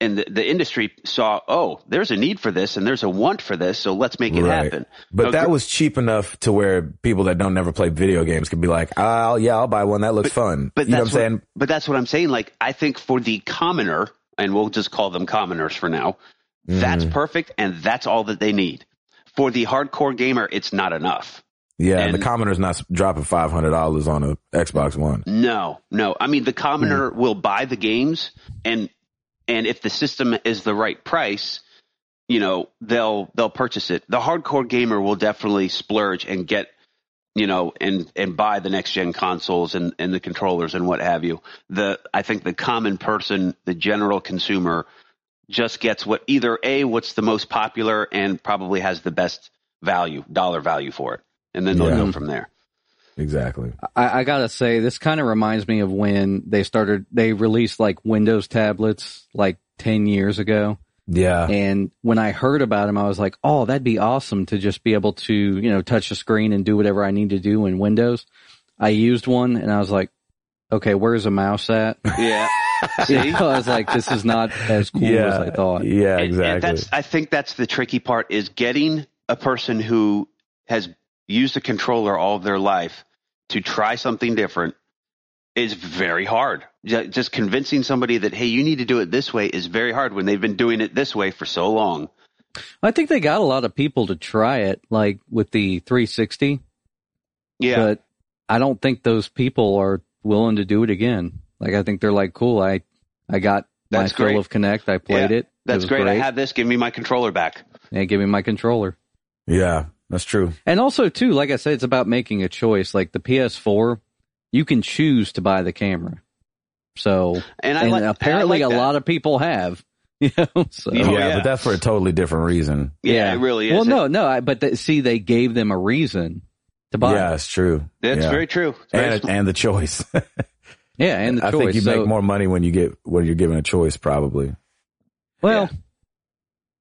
And the, the industry saw, oh, there's a need for this and there's a want for this, so let's make it Right. happen. but no, that gr- was cheap enough to where people that don't never play video games could be like, I'll, yeah, I'll buy one. That looks fun. But Um, you know what I'm that's saying? But that's what I'm saying. Like, I think for the commoner, and we'll just call them commoners for now, that's Mm. perfect, and that's all that they need. For the hardcore gamer, it's not enough. Yeah. And, the and- commoner's not s- dropping $500 on a Xbox one. No, no. I mean, the commoner will buy the games, and and if the system is the right price, you know, they'll they'll purchase it. The hardcore gamer will definitely splurge and get, you know, and and buy the next gen consoles and and the controllers and what have you. The I think the common person, the general consumer, just gets what either a what's the most popular and probably has the best value dollar value for it, and then they'll Yeah. go from there. Exactly. I, I gotta say, this kind of reminds me of when they started, they released like Windows tablets like 10 years ago. Yeah. And when I heard about them, I was like, oh, that'd be awesome to just be able to, you know, touch the screen and do whatever I need to do in Windows. I used one and I was like, okay, where's a mouse at? Yeah. You know, I was like, this is not as cool as I thought. Yeah, And- exactly. And that's, I think that's the tricky part is getting a person who has used a controller all of their life to try something different is very hard. Ju- Just convincing somebody that, hey, you need to do it this way is very hard when they've been doing it this way for so long. I think they got a lot of people to try it, like with the 360, Yeah. but I don't think those people are willing to do it again. Like, I think they're like, cool, I, I got That's my fill great. of Connect. I played Yeah, it. that's it was great. great. I have this. Give me my controller back. and give me my controller. yeah, that's true. And also, too, like I said, it's about making a choice. Like the PS4, you can choose to buy the camera. So, And, I and like, and I apparently, like a that. lot of people have. You know, so Oh, yeah, yeah. but that's for a totally different reason. Yeah, it really is. Well, no, no, I, but th- see, they gave them a reason to buy. Yeah, Yeah, it's true. That's yeah. very true. It's very and sm- and the choice. yeah and the I choice. think you So- make more money when you get when you're given a choice, probably. Well,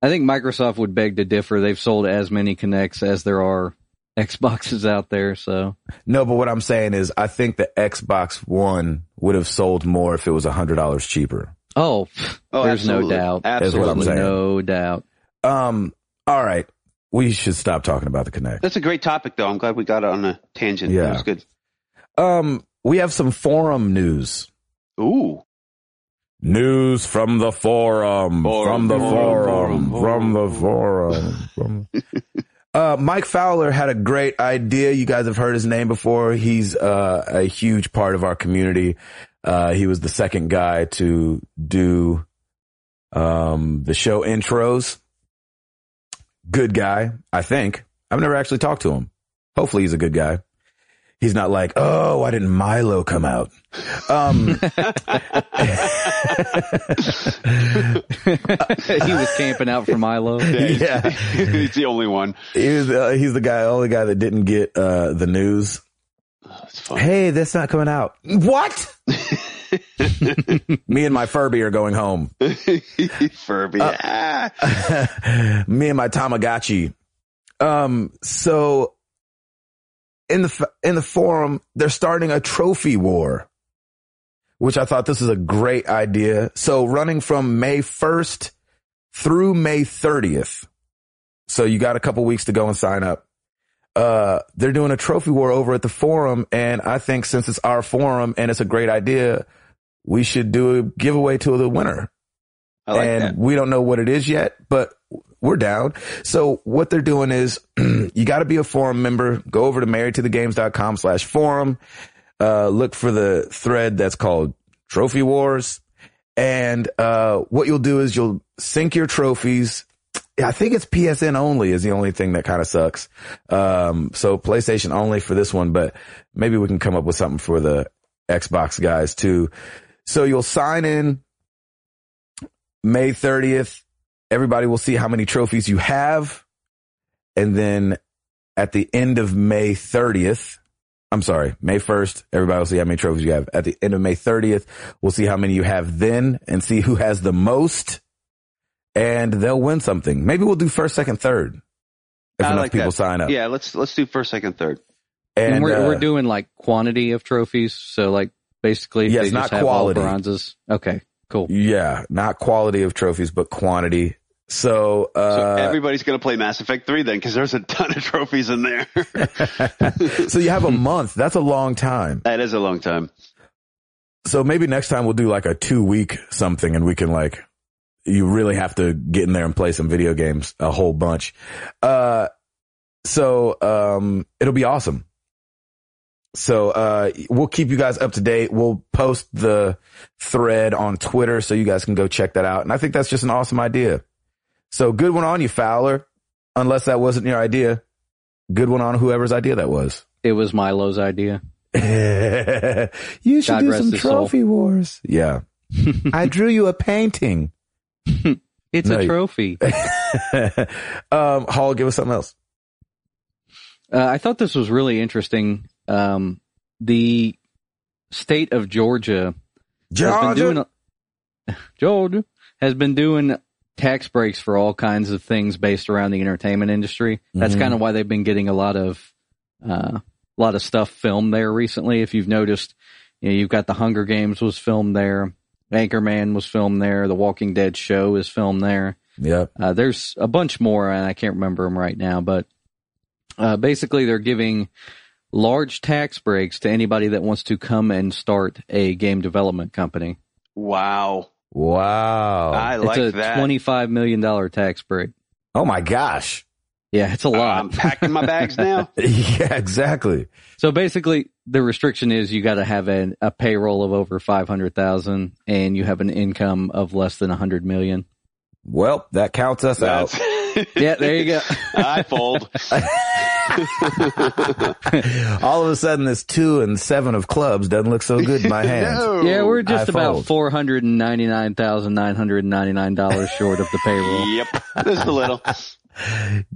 I think Microsoft would beg to differ. They've sold as many Connects as there are Xboxes out there. So, No, but what I'm saying is, I think the Xbox One would have sold more if it was a hundred dollars cheaper. oh, oh, there's absolutely. no doubt. That's what I'm Absolutely. saying. No doubt. Um, all right, we should stop talking about the Connect. That's a great topic, though. I'm glad we got it on a tangent. Yeah. That was good. Um, we have some forum news. Ooh. News from the forum, from Forum, the forum, forum, from forum, the forum. From uh, Mike Fowler had a great idea. You guys have heard his name before. He's uh, a huge part of our community. Uh, he was the second guy to do um, the show intros. Good guy, I think. I've never actually talked to him. Hopefully, he's a good guy. He's not like, oh, why didn't Milo come out? Um, he was camping out for Milo. yeah. He's the only one. He's, uh, he's the guy, only guy that didn't get uh, the news. That's fun. Hey, that's not coming out. What? Me and my Furby are going home. Furby. Uh, Ah. Me and my Tamagotchi. Um, so in the f- in the forum, they're starting a trophy war, which I thought this is a great idea. So running from May 1st through May 30th. So you got a couple weeks to go and sign up. uh, they're doing a trophy war over at the forum. And I think since it's our forum and it's a great idea, we should do a giveaway to the winner. I like and that. we don't know what it is yet, but we're down. So what they're doing is you got to be a forum member. Go over to marriedtothegames.com slash forum. Uh, look for the thread that's called trophy wars. And, uh, what you'll do is you'll sync your trophies. Yeah, I think it's PSN only is the only thing that kind of sucks. Um, so PlayStation only for this one, but maybe we can come up with something for the Xbox guys too. So you'll sign in May 30th, everybody will see how many trophies you have. And then at the end of May 30th, I'm sorry, May 1st, everybody will see how many trophies you have. At the end of May 30th, we'll see how many you have then and see who has the most. And they'll win something. Maybe we'll do first, second, third. If I enough like people that. sign up. Yeah, let's let's do first, second, third. And, we're, uh, we're doing like quantity of trophies. So like basically, Yeah, they it's not just have all quality. bronzes. Okay, cool. yeah, not quality of trophies, but quantity. So, uh, So everybody's gonna play Mass Effect three then, because there's a ton of trophies in there. so you have a month. That's a long time. that is a long time. So maybe next time we'll do like a two week something and we can like, you really have to get in there and play some video games a whole bunch. Uh, so, um, it'll be awesome. So, uh, we'll keep you guys up to date. We'll post the thread on Twitter so you guys can go check that out. And I think that's just an awesome idea. So good one on you, Fowler. Unless that wasn't your idea. Good one on whoever's idea that was. It was Milo's idea. you should God do rest some his soul. trophy wars. Yeah. I drew you a painting. It's No, a you- trophy. um, Hall, give us something else. Uh, I thought this was really interesting. Um, the state of Georgia has been doing Georgia has been doing tax breaks for all kinds of things based around the entertainment industry. That's Mhm. kind of why they've been getting a lot of uh, a lot of stuff filmed there recently. If you've noticed, you know, you've got The Hunger Games was filmed there, Anchorman was filmed there, The Walking Dead show is filmed there. Yep. Uh, there's a bunch more, and I can't remember them right now, but uh, basically they're giving large tax breaks to anybody that wants to come and start a game development company. Wow, Wow. I like it's a that. $25 million tax break. oh my gosh. Yeah, it's a I'm lot. packing my bags now. yeah, exactly. so basically the restriction is you got to have an, a payroll of over 500,000 and you have an income of less than 100 million. Well, that counts us out. Yeah, there you go. I fold. All of a sudden, this two and seven of clubs doesn't look so good in my hands. No. Yeah, we're just I about fold. $499,999 short of the payroll. Yep, just a little.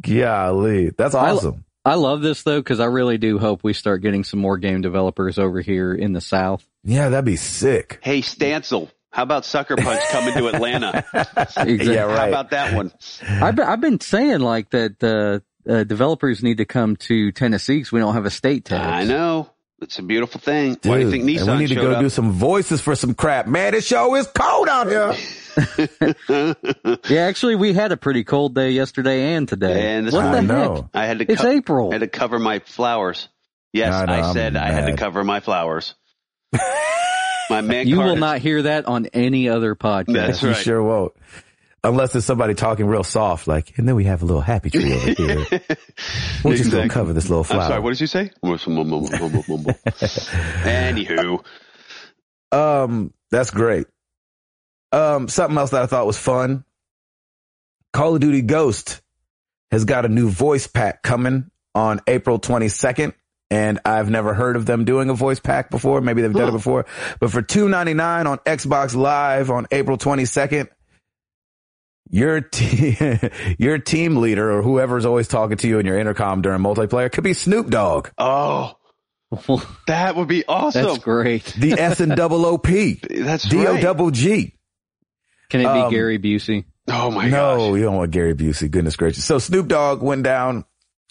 Golly, that's awesome. I love this though because I really do hope we start getting some more game developers over here in the South. yeah, that'd be sick. Hey, Stancil, how about Sucker Punch coming to Atlanta? Yeah, How right. about that one? I've been, I've been saying like that uh, uh, developers need to come to Tennessee because we don't have a state tax. I know it's a beautiful thing. Why do you Dude, think and we Nissan need to showed go up? do some voices for some crap. Man, this show is cold out here. Yeah, actually, we had a pretty cold day yesterday and today. And this what one- the I heck? know. I had to. It's cut- April. I had to cover my flowers. Yes, I know, I I'm said I had to mad. cover my flowers. my man, You Carter- will not hear that on any other podcast. That's You right. sure won't. Unless there's somebody talking real soft, like, and then we have a little happy tree over here. We're just gonna Exactly. cover this little I'm flower. sorry. What did you say? Anywho, Um, that's great. Um, something else that I thought was fun. Call of Duty Ghost has got a new voice pack coming on April 22nd. And I've never heard of them doing a voice pack before. Maybe they've done it before, but for $2.99 on Xbox Live on April 22nd, your te- your team leader or whoever's always talking to you in your intercom during multiplayer could be Snoop Dogg, oh, that would be That's awesome. great. the S and double O P, That's D O right. double G. Can it be Um, Gary Busey? Oh my no, gosh. you don't want Gary Busey. Goodness gracious. So Snoop Dogg went down,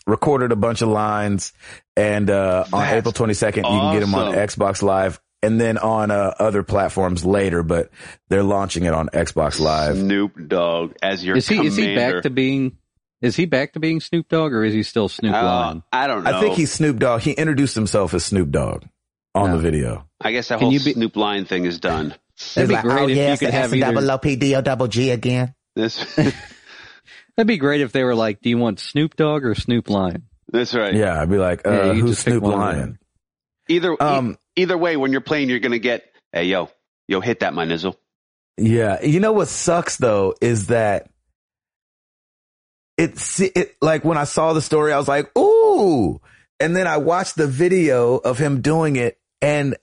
recorded a bunch of lines, and uh, on That's April 22nd, you can get him on awesome. Xbox Live and then on uh, other platforms later, but they're launching it on Xbox Live. Snoop Dogg as your Is he commander. is he back to being? Is he back to being Snoop Dogg or is he still Snoop Uh, Lion? I don't know. I think he's Snoop Dogg. He introduced himself as Snoop Dogg on No. the video. I guess that Can whole you be- Snoop Lion thing is done. That'd be Oh, great if you could have either. O double G again. This, That'd be great if they were like, "Do you want Snoop Dogg or Snoop Lion?" that's right. Yeah, I'd be like, uh, Yeah, you who's just pick Snoop one of them. Lion? Either Um, e- either way, when you're playing, you're gonna get hey yo yo hit that my nizzle. Yeah, you know what sucks though is that it, se- it like when I saw the story, I was like, ooh, and then I watched the video of him doing it, and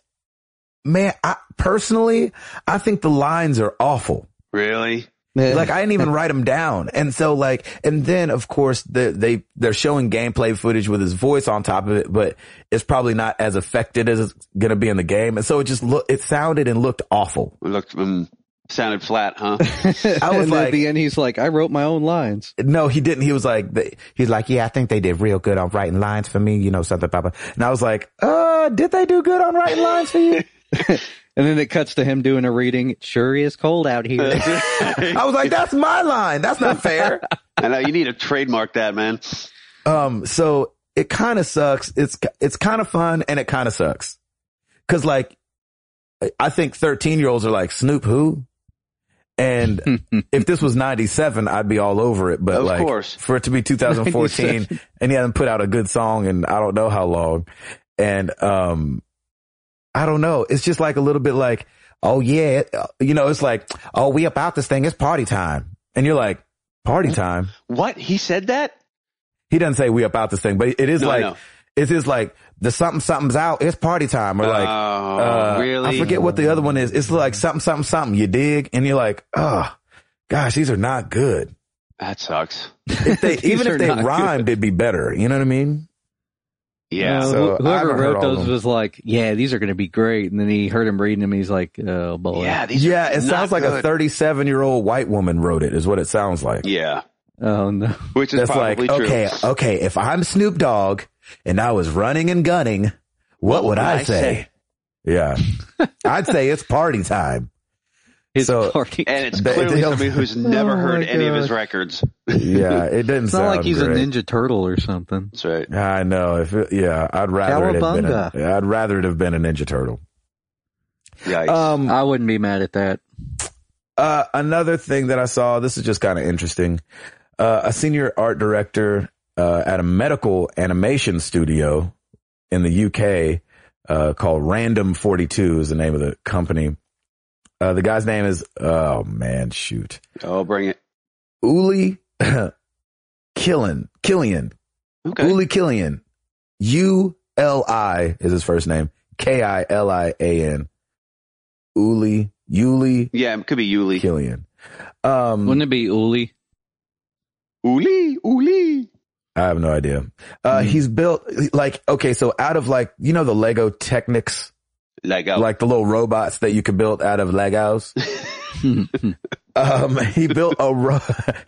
man, I personally, I think the lines are awful. Really? Like I didn't even write them down, and so like, and then of course the, they they're showing gameplay footage with his voice on top of it, but it's probably not as affected as it's gonna be in the game, and so it just look it sounded and looked awful. It Looked um, sounded flat, huh? I was and like- at the end, he's like, "I wrote my own lines." No, he didn't. He was like, they, he's like, yeah, I think they did real good on writing lines for me, you know, something, Papa. And I was like, uh, did they do good on writing lines for you? And then it cuts to him doing a reading. It sure is cold out here. I was like, that's my line. That's not fair. I know you need to trademark that, man. Um, so it kind of sucks. It's, it's kind of fun and it kind of sucks. Cause like, I think 13 year olds are like, Snoop who? And if this was 97, I'd be all over it. But Of like, course. for it to be 2014 97. and he hasn't put out a good song in I don't know how long. And, um, I don't know. It's just like a little bit like, oh yeah, it- uh, you know, it's like, oh, we about this thing. It's party time. And you're like, Mm. party time. What he said that? He doesn't say we about this thing, but it is No, like no. it is like the something something's out. It's party time, or like oh, uh, really? I forget what the other one is. It's like something something something. You dig, and you're like, oh gosh, these are not good. That sucks. If they These even are if they not good. rhymed, it'd be better. You know what I mean? Yeah. Uh, So, wh- I whoever haven't heard wrote all of those them. was like, "Yeah, these are going to be great." And then he heard him reading them. He's like, "Oh boy." yeah. These Yeah, are it sounds not like a good. 37 year old white woman wrote it. Is what it sounds like. Yeah. Oh no. Which is That's like probably true. okay, oh, okay. If I'm Snoop Dogg and I was running and gunning, what, would I, say? Yeah, I'd say it's party time. His So- party. And it's They- clearly they- somebody who's never Oh my heard any of his gosh. records. yeah, it didn't It's sound not like he's great. a Ninja Turtle or something. That's right. I know. If it, yeah, I'd rather it have been. A, Cowabunga. yeah, I'd rather it have been a Ninja Turtle. Yikes. Um, I wouldn't be mad at that. uh, another thing that I saw. This is just kind of interesting. Uh, a senior art director uh, at a medical animation studio in the UK uh, called Random Forty Two is the name of the company. Uh, the guy's name is oh man, shoot, oh, bring it. Uli Killen Killian Okay. Uli Killian. U L I is his first name. K I L I A N. Uli Uli Yeah, it could be Yuli. Killian. Um, Wouldn't it be Uli? Uli, Uli. I have no idea. Uh, Hmm. he's built like okay, so out of like you know the Lego Technics, Lego. like the little robots that you could build out of Legos. Hmm. Um, he built a ro-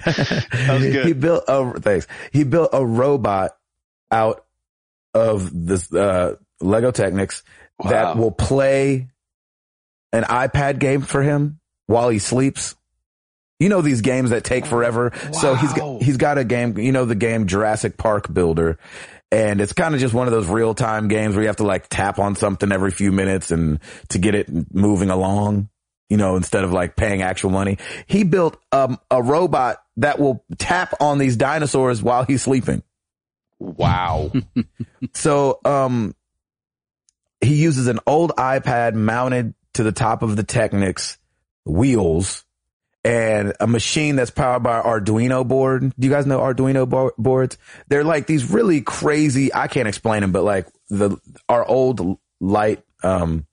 was good. he built a thanks. He built a robot out of this uh Lego Technics that Wow. will play an iPad game for him while he sleeps. You know these games that take forever. So he's Oh, Wow. got, he's got a game, you know the game Jurassic Park Builder and it's kind of just one of those real time games where you have to like tap on something every few minutes and to get it moving along, you know, instead of like paying actual money. He built um, a robot that will tap on these dinosaurs while he's sleeping. wow. So, um, he uses an old iPad mounted to the top of the Technics wheels and a machine that's powered by an Arduino board. Do you guys know Arduino bo- boards? They're like these really crazy. I can't explain them, but like the, our old light, um,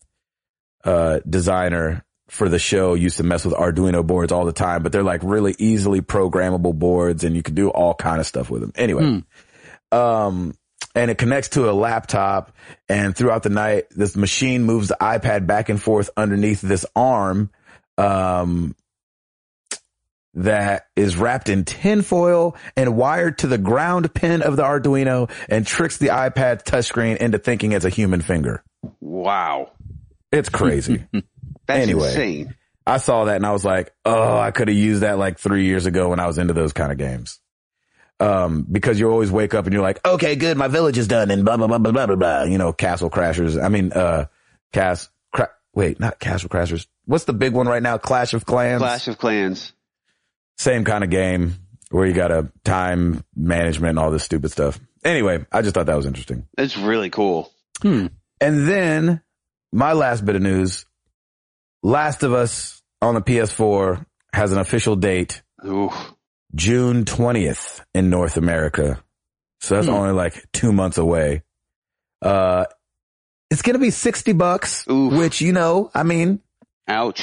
uh, designer for the show used to mess with Arduino boards all the time, but they're like really easily programmable boards and you can do all kind of stuff with them. Anyway, um, and it connects to a laptop. And throughout the night, this machine moves the iPad back and forth underneath this arm, um, that is wrapped in tinfoil and wired to the ground pin of the Arduino and tricks the iPad touchscreen into thinking it's a human finger. Wow. It's crazy. That's Anyway. insane. I saw that and I was like, oh, I could have used that like three years ago when I was into those kind of games. Um, because you always wake up and you're like, okay, good, my village is done and blah, blah, blah, blah, blah, blah, blah. You know, Castle Crashers. I mean, uh, Cast, cra- wait, not Castle Crashers. What's the big one right now? Clash of Clans? Clash of Clans. Same kind of game where you got a time management and all this stupid stuff. Anyway, I just thought that was interesting. It's really cool. And then my last bit of news, Last of Us on the PS4 has an official date, Ooh. June 20th in North America. So that's Hmm. only like two months away. Uh, it's going to be 60 bucks, Oof. which, you know, I mean, Ouch.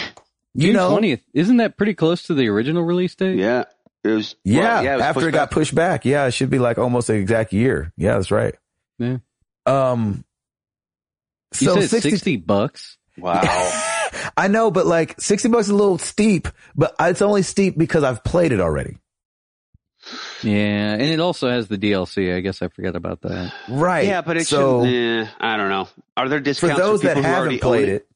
you know, 20th. Isn't that pretty close to the original release date? Yeah. It was. yeah, well, it was after it pushed got back. pushed back. Yeah. It should be like almost the exact year. Yeah, that's right. Yeah. Um, You so said 60, bucks. Wow. I know, but like 60 bucks is a little steep, but it's only steep because I've played it already. Yeah. And it also has the DLC. I guess I forgot about that. Right. yeah, but it so should. Yeah, I don't know. Are there for discounts for, those that people who haven't already played own it,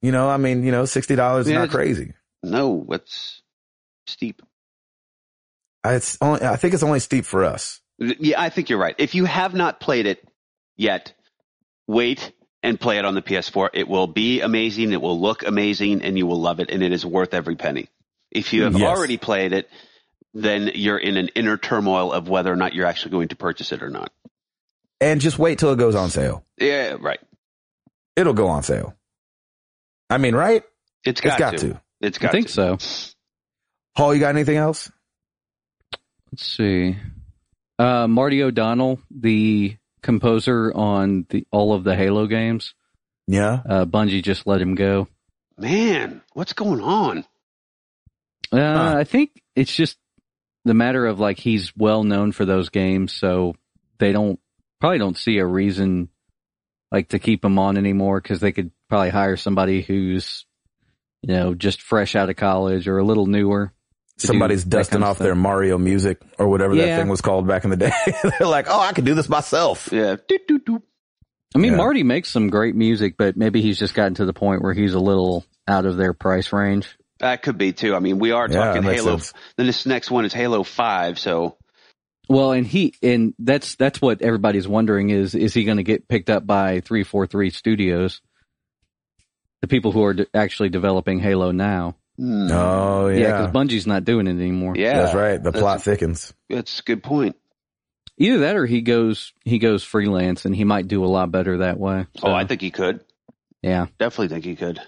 you know, I mean, you know, $60 is Yeah, not it's- crazy. No, it's steep. It's only, I think it's only steep for us. Yeah, I think you're right. If you have not played it yet, wait and play it on the PS4. It will be amazing. It will look amazing, and you will love it. And it is worth every penny. If you have Yes. already played it, then you're in an inner turmoil of whether or not you're actually going to purchase it or not. And just wait till it goes on sale. Yeah, right. It'll go on sale. I mean, right? It's got, it's got to. to. It's I got think to. so. Hall, you got anything else? Let's see. Uh, Marty O'Donnell, the composer on the all of the Halo games, Yeah. uh, Bungie just let him go. Man, what's going on? Uh, Huh. I think it's just the matter of like he's well known for those games, so they don't probably don't see a reason like to keep him on anymore because they could probably hire somebody who's you know just fresh out of college or a little newer. do Somebody's that dusting kind of off their Mario music or whatever that Yeah. thing was called back in the day. They're like, oh, I can do this myself. Yeah. Doot, doot, doot. I mean, Yeah. Marty makes some great music, but maybe he's just gotten to the point where he's a little out of their price range. That could be too. I mean, we are Yeah, talking that makes Halo. sense. Then this next one is Halo Five. So Well, and he and that's that's what everybody's wondering is is he going to get picked up by 343 Studios, the people who are d- actually developing Halo now? hmm. Oh, yeah. Yeah, because Bungie's not doing it anymore. yeah, That's right. The That's- plot thickens. That's a good point. Either that or he goes he goes freelance, and he might do a lot better that way. Oh, So, I think he could. yeah. Definitely think he could.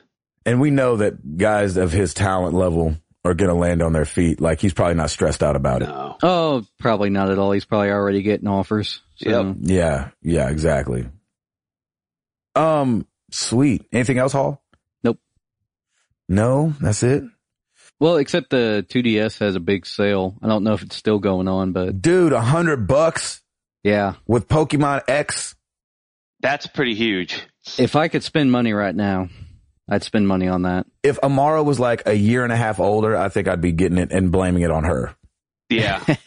And we know that guys of his talent level are going to land on their feet. Like he's probably not stressed out about it. No. Oh, probably not at all. He's probably already getting offers. So, Yep. Yeah. Yeah. Exactly. Um, sweet. Anything else, Hall? Nope. No, that's it. Well, except the 2DS has a big sale. I don't know if it's still going on, but Dude, a hundred bucks yeah. with Pokemon X. That's pretty huge. If I could spend money right now, I'd spend money on that. If Amara was like a year and a half older, I think I'd be getting it and blaming it on her. Yeah.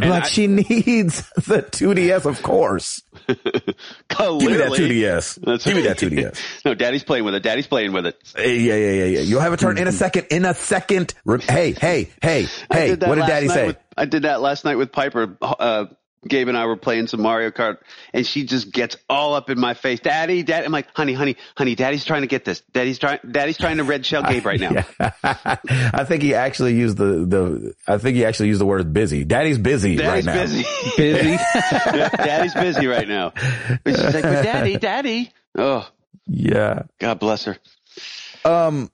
And Like I- she needs the 2DS, of course. Give me that Clearly. 2DS. Oh, That's Give me that right. 2DS. No, daddy's playing with it. Daddy's playing with it. Hey, Eh, yeah, yeah, yeah, yeah. You'll have a turn in a second. In a second. Re- Hey, hey, hey, I hey. did that What did last Daddy night say? with- I did that last night with Piper. Uh, Gabe and I were playing some Mario Kart, and she just gets all up in my face. Daddy, daddy. I'm like, honey, honey, honey. Daddy's trying to get this. Daddy's trying. Daddy's trying to red shell Gabe right now. I think he actually used the the. I think he actually used the word busy. Daddy's busy Daddy's right now. busy. Busy. daddy's busy right now. But she's like, but daddy, daddy. Oh, Yeah. God bless her. Um.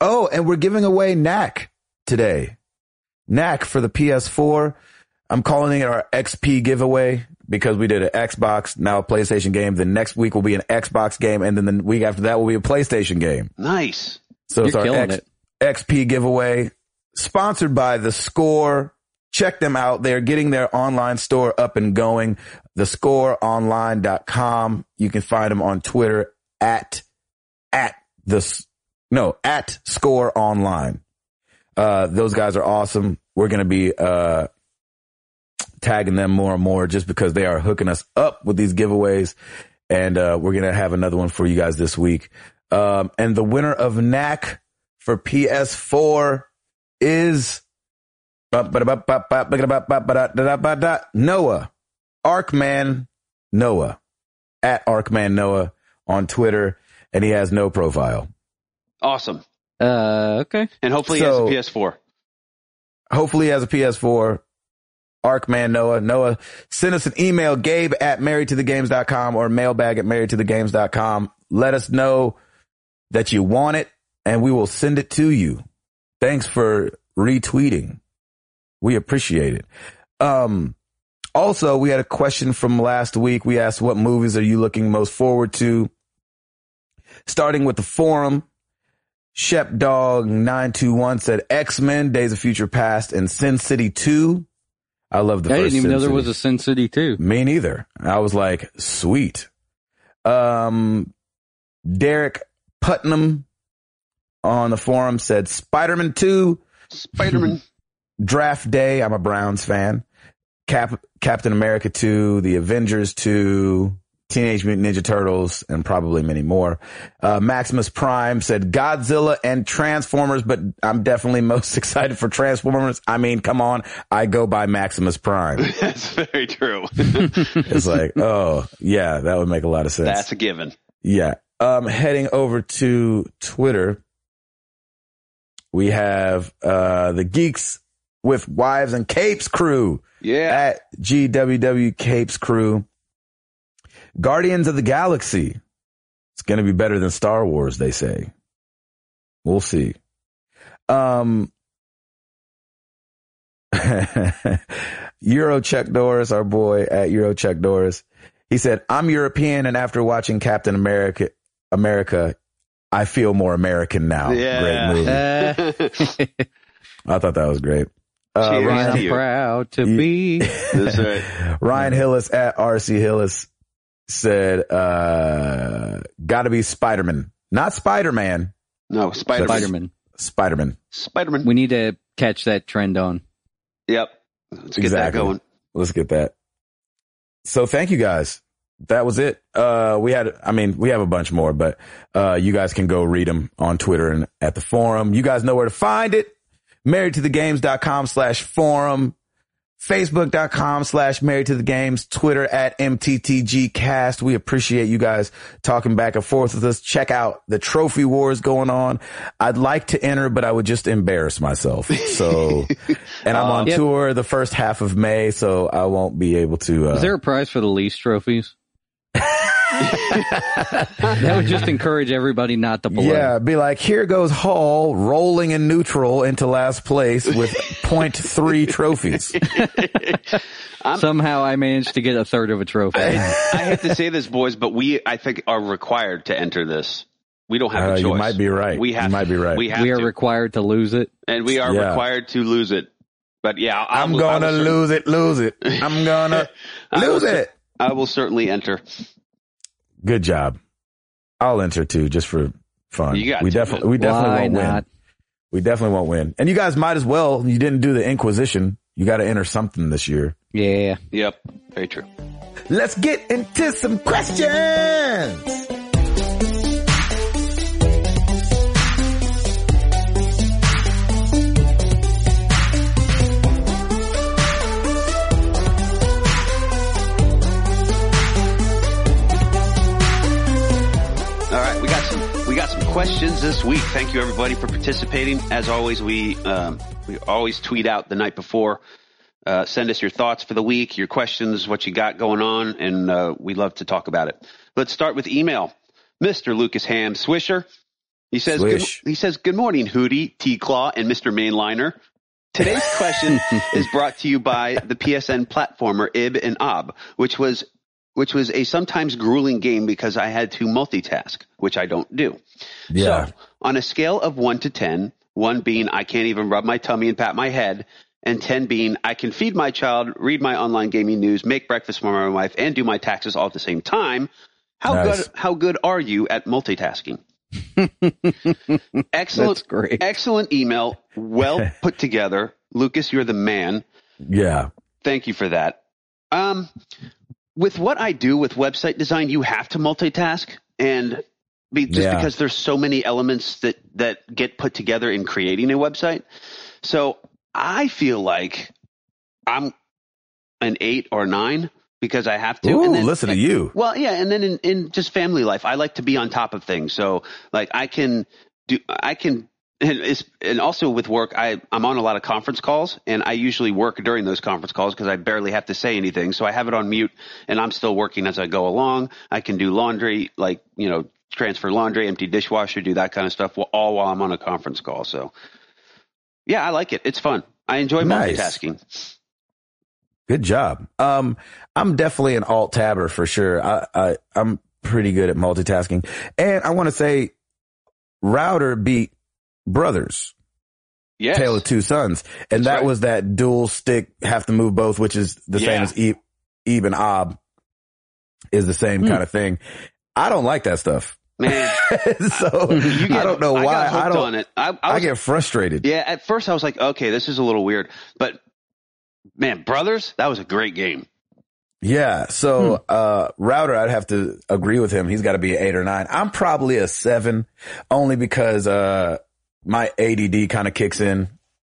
Oh, and we're giving away Knack today. Knack for the PS4. I'm calling it our XP giveaway because we did an Xbox, now a PlayStation game. The next week will be an Xbox game, and then the week after that will be a PlayStation game. Nice. So it's You're our killing X, it. XP giveaway sponsored by The Score. Check them out. They're getting their online store up and going. TheScoreOnline.com. You can find them on Twitter at, at the, s- no, at Score Online. Uh, those guys are awesome. We're going to be, uh, tagging them more and more just because they are hooking us up with these giveaways. And, uh, we're going to have another one for you guys this week. Um, and the winner of NAC for PS4 is Noah, Arkman Noah, at Arkman Noah on Twitter, and he has no profile. Awesome. Uh, okay. And hopefully So- he has a PS4. Hopefully, he has a PS4. Arkman Noah, Noah, send us an email, gabe at marriedtothegames.com or mailbag at marriedtothegames.com. Let us know that you want it and we will send it to you. Thanks for retweeting. We appreciate it. Um, also, we had a question from last week. We asked what movies are you looking most forward to? Starting with the forum, Shep Dog 921 said X-Men, Days of Future Past and Sin City 2. I love the I first didn't even Sin know there City. was a Sin City too. Me neither. I was like, sweet. Um, Derek Putnam on the forum said Spider Man 2, Spider Man. Draft Day. I'm a Browns fan. Cap- Captain America 2, The Avengers 2, Teenage Mutant Ninja Turtles, and probably many more. Uh, Maximus Prime said Godzilla and Transformers, but I'm definitely most excited for Transformers. I mean, come on. I go by Maximus Prime. That's very true. It's like, oh, yeah, that would make a lot of sense. That's a given. Yeah. Um, heading over to Twitter, we have uh, the Geeks with Wives and Capes crew Yeah. at GWW Capes crew. Guardians of the Galaxy. It's going to be better than Star Wars, they say. We'll see. Um, Eurocheck Doris, our boy at Eurocheck Doris. He said, I'm European and after watching Captain America, America, I feel more American now. Yeah. Great movie. Uh, That's I thought that was great. Uh, Cheers. Ryan, Thank I'm you. proud to You- be. right. Ryan Hillis at RC Hillis said, uh, gotta be Spider-Man, not Spider-Man, No, Spider Spider Man. Man. Spider-Man. Spider Man. We need to catch that trend on. Yep. Let's get that Exactly. going. Let's get that. So thank you guys. That was it. Uh, we had, I mean, we have a bunch more, but, uh, you guys can go read them on Twitter and at the forum. You guys know where to find it. Married to the games.com slash forum, facebook.com slash married to the games, Twitter at MTTGcast. We appreciate you guys talking back and forth with us. Check out the trophy wars going on. I'd like to enter, but I would just embarrass myself. So, and I'm on Yep. tour the first half of May, so I won't be able to, uh, Is there a prize for the least trophies? that would just encourage everybody not to blow. Yeah, be like, here goes Hall rolling in neutral into last place with 0.3 trophies. Somehow I managed to get a third of a trophy. I hate to say this, boys, but we, I think, are required to enter this. We don't have Uh, a choice. you might be right. We have you might be right. We have we are to. required to lose it. and we are Yeah. required to lose it. But yeah, I'll, I'm I'll- I will gonna cer- lose it, lose it. I'm gonna I will lose cer- it. I will certainly enter. Good job. I'll enter too, just for fun. You got we to. definitely, we definitely Why won't not? win. We definitely won't win. And you guys might as well. You didn't do the Inquisition. You got to enter something this year. Yeah. Yep, very true. Let's get into some questions. All right, we got some we got some questions this week. Thank you everybody for participating. As always, we um, we always tweet out the night before. Uh, send us your thoughts for the week, your questions, what you got going on, and uh, we love to talk about it. Let's start with email. Mr. Lucas Ham Swisher. He says good, Swish. he says good morning, Hootie, T Claw, and Mr. Mainliner. Today's question is brought to you by the PSN platformer Ib and Ob, which was which was a sometimes grueling game because I had to multitask, which I don't do. Yeah. So, on a scale of 1 to 10, 1 being I can't even rub my tummy and pat my head, and 10 being I can feed my child, read my online gaming news, make breakfast for my wife, and do my taxes all at the same time, how Nice. good how good are you at multitasking? excellent That's great. excellent email, well put together. Lucas, you're the man. Yeah. Thank you for that. Um, with what I do with website design, you have to multitask, and be, just Yeah. because there's so many elements that that get put together in creating a website. So I feel like I'm an eight or nine because I have to. Ooh, then- listen to you. Well, yeah, and then in, in just family life, I like to be on top of things. So like I can do, I can, and, it's, and also with work, I I'm on a lot of conference calls, and I usually work during those conference calls because I barely have to say anything. So I have it on mute, and I'm still working as I go along. I can do laundry, like you know, transfer laundry, empty dishwasher, do that kind of stuff, wh- all while I'm on a conference call. So yeah, I like it. It's fun. I enjoy Nice. multitasking. Good job. Um, I'm definitely an alt tabber for sure. I, I, I'm pretty good at multitasking. And I want to say router beat brothers. Yes. Tale of Two Sons. And That's that right. was that dual stick, have to move both, which is the same Yeah. as E- Eben Ob is the same Hmm. kind of thing. I don't like that stuff. Man, so you get- I don't know I why. got I, hooked don't, on it. I, I I was get frustrated. Yeah, at first I was like, okay, this is a little weird, but man, brothers, that was a great game. Yeah. So, Hmm. uh, router, I'd have to agree with him. He's got to be an eight or nine. I'm probably a seven only because, uh, my ADD kind of kicks in.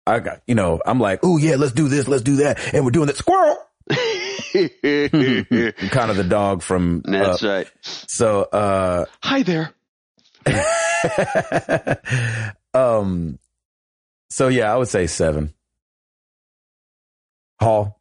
I got, you know, I'm like, oh yeah, let's do this. Let's do that. And we're doing that squirrel. That's I'm kind of the dog from, uh, right. so, uh, Hi there. um so yeah i would say seven hall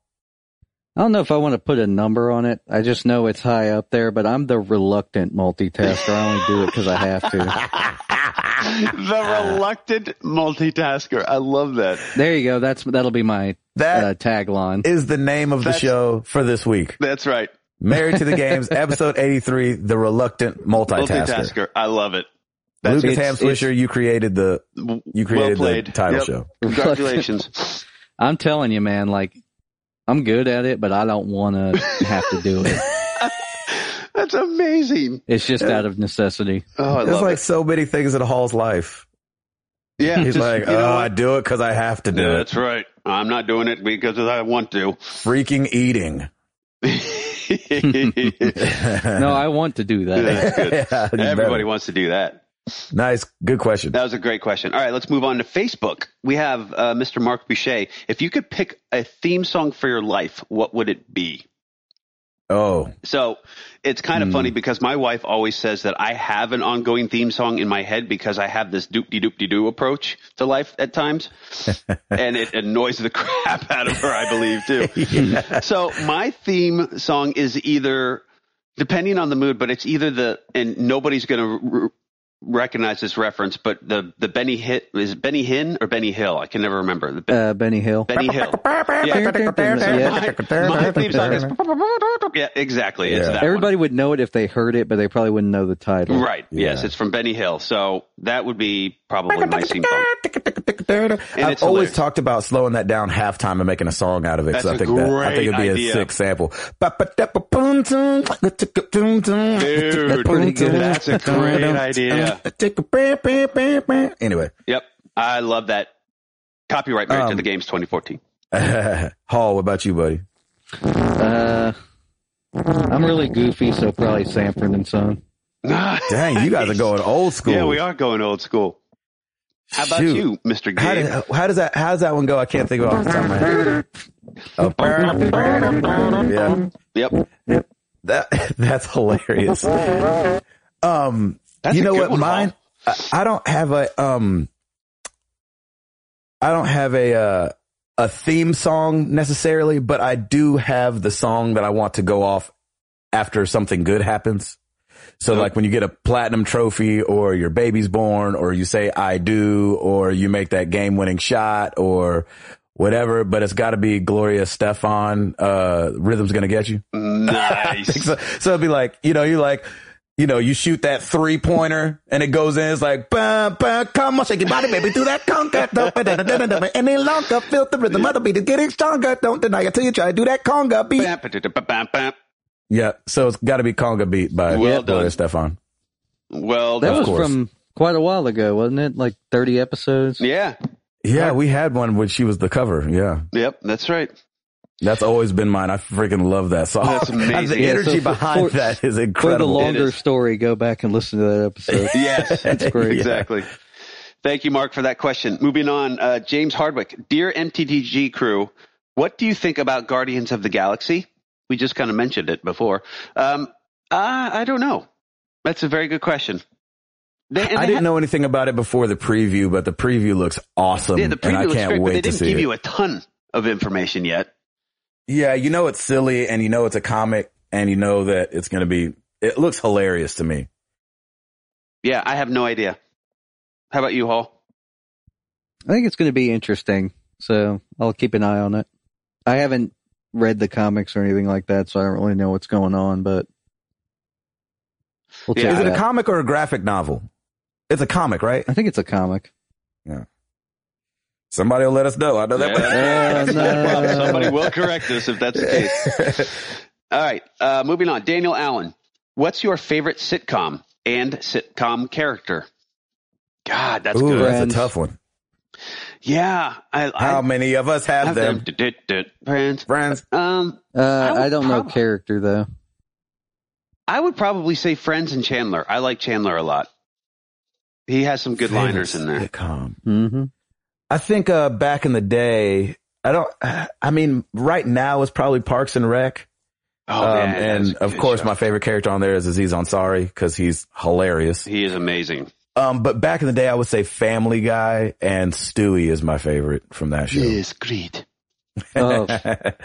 I don't know if I want to put a number on it. I just know it's high up there, but I'm the reluctant multitasker. I only do it because I have to. the reluctant multitasker. I love that. There you go. That's that'll be my That uh, tagline. is the name of the That's- show for this week That's right. married to the games episode 83 the reluctant multitasker, Multitasker. I love it. lucas it's- hamswisher you created the you created the title Yep. show Congratulations. I'm telling you, man. Like I'm good at it, but I don't want to have to do it. That's amazing. It's just out of necessity. Oh, I there's love like it. so many things in hall's life Yeah, he's just- like you know oh i what? do it because i have to do Yeah, it that's right. I'm not doing it because I want to. freaking eating No, I want to do that. That's good. Yeah, you Everybody better. wants to do that. nice good question That was a great question. All right, let's move on to Facebook. We have uh, Mr. Mark Boucher. If you could pick a theme song for your life, what would it be? oh So it's kind of funny because my wife always says that I have an ongoing theme song in my head because I have this doop de doop de doo approach to life at times. and it annoys the crap out of her, I believe, too. So my theme song is either, depending on the mood, but it's either the, and nobody's going to r- recognize this reference, but the, the Benny Hit, is it Benny Hinn or Benny Hill? I can never remember. The Ben- Uh, Benny Hill. Benny Hill. Yeah. My, my theme song is, yeah, exactly. It's Yeah. that one. Everybody would know it if they heard it, but they probably wouldn't know the title. Right. Yes, Yeah. it's from Benny Hill. So that would be probably my theme song. I've always it's hilarious. talked about slowing that down halftime and making a song out of it. 'cause That's I a think that, I think it'd be great a idea. sick sample. Dude, Pretty good. That's a great idea. Anyway, Yep. I love that. Copyright Married to Um, the Games 2014. Hall, what about you, buddy? Uh, I'm really goofy, so probably Sanford and Son. Dang, you guys are going old school. Yeah, we are going old school. How about Shoot. you, Mr. Gabe? How, did, how does that? How does that one go? I can't think of it off the top of my head. Oh, yeah. yep. That that's hilarious. Um, That's you a know good what? one, mine. I, I don't have a um. I don't have a uh, a theme song necessarily, but I do have the song that I want to go off after something good happens. So like when you get a platinum trophy or your baby's born or you say I do or you make that game winning shot or whatever, but it's gotta be Gloria Stefan, uh, rhythm's gonna get you. Nice. So, so it'd be like, you know, you like, you know, you shoot that three pointer and it goes in. It's like, bah, bah, come on, shake your body, baby, do that conga. Don't, ba, da, da, da, da, da, ba, Any longer, feel the rhythm of the beat is getting stronger. Don't deny it till you try to do that conga beat. Bam, ba-da-da, ba-bam, bam. Yeah. So it's got to be conga beat by Well Gloria done. Stefan. Well, That done. was course. from quite a while ago, wasn't it? Like 30 episodes. yeah. Yeah. We had one when she was the cover. Yeah. Yep. That's right. That's always been mine. I freaking love that song. That's amazing. the Yeah, so energy for- behind for- that is For the incredible. longer is. story, go back and listen to that episode. Yes. That's great. Exactly. Thank you, Mark, for that question. Moving on, uh, James Hardwick, dear MTTG crew, what do you think about Guardians of the Galaxy? We just kind of mentioned it before. Um, uh, I don't know. That's a very good question. They, and I they didn't had- know anything about it before the preview, but the preview looks awesome. Yeah, the and I preview looks can't great, but wait they to didn't see give it. you a ton of information yet. yeah, you know it's silly and you know it's a comic and you know that it's going to be, it looks hilarious to me. Yeah, I have no idea. How about you, Hall? I think it's going to be interesting, so I'll keep an eye on it. I haven't read the comics or anything like that, so I don't really know what's going on, but we'll Yeah. check Is it it a out. comic or a graphic novel? It's a comic, right? I think it's a comic. Somebody will let us know. I know that. Yeah. Oh, no. Well, somebody will correct us if that's the case. All right, uh, moving on. Daniel Allen, what's your favorite sitcom and sitcom character? God, Ooh, that's good. that's a Friends. tough one. Yeah, I, How I many of us have, have them? them. Du-du-du. Friends. Friends. Um, Uh, would I, don't know prob- character though. I would probably say Friends and Chandler. I like Chandler a lot. He has some good liners in there. Sitcom. Mm-hmm. I think uh, back in the day, I don't. I mean, right now it's probably Parks and Rec, Oh, um, man, that was and a of good course show. my favorite character on there is Aziz Ansari because he's hilarious. he is amazing. Um, but back in the day, I would say Family Guy and Stewie is my favorite from that show. He is great. Oh, uh,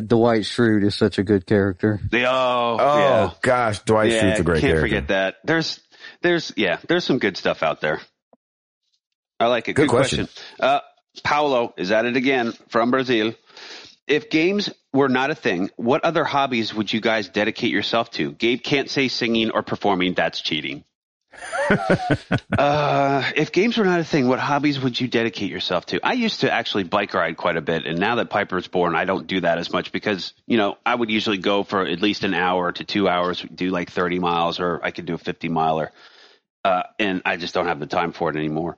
Dwight Schrute is such a good character. The, oh, oh yeah. gosh, Dwight yeah, Schrute's a great can't character. forget that. There's, there's, yeah, there's some good stuff out there. I like it. Good Good, question. Uh, Paulo is at it again from Brazil. If games were not a thing, what other hobbies would you guys dedicate yourself to? Gabe can't say singing or performing. That's cheating. uh, if games were not a thing, what hobbies would you dedicate yourself to? I used to actually bike ride quite a bit, and now that Piper's born, I don't do that as much because you know I would usually go for at least an hour to two hours, do like thirty miles, or I could do a fifty miler, uh, and I just don't have the time for it anymore.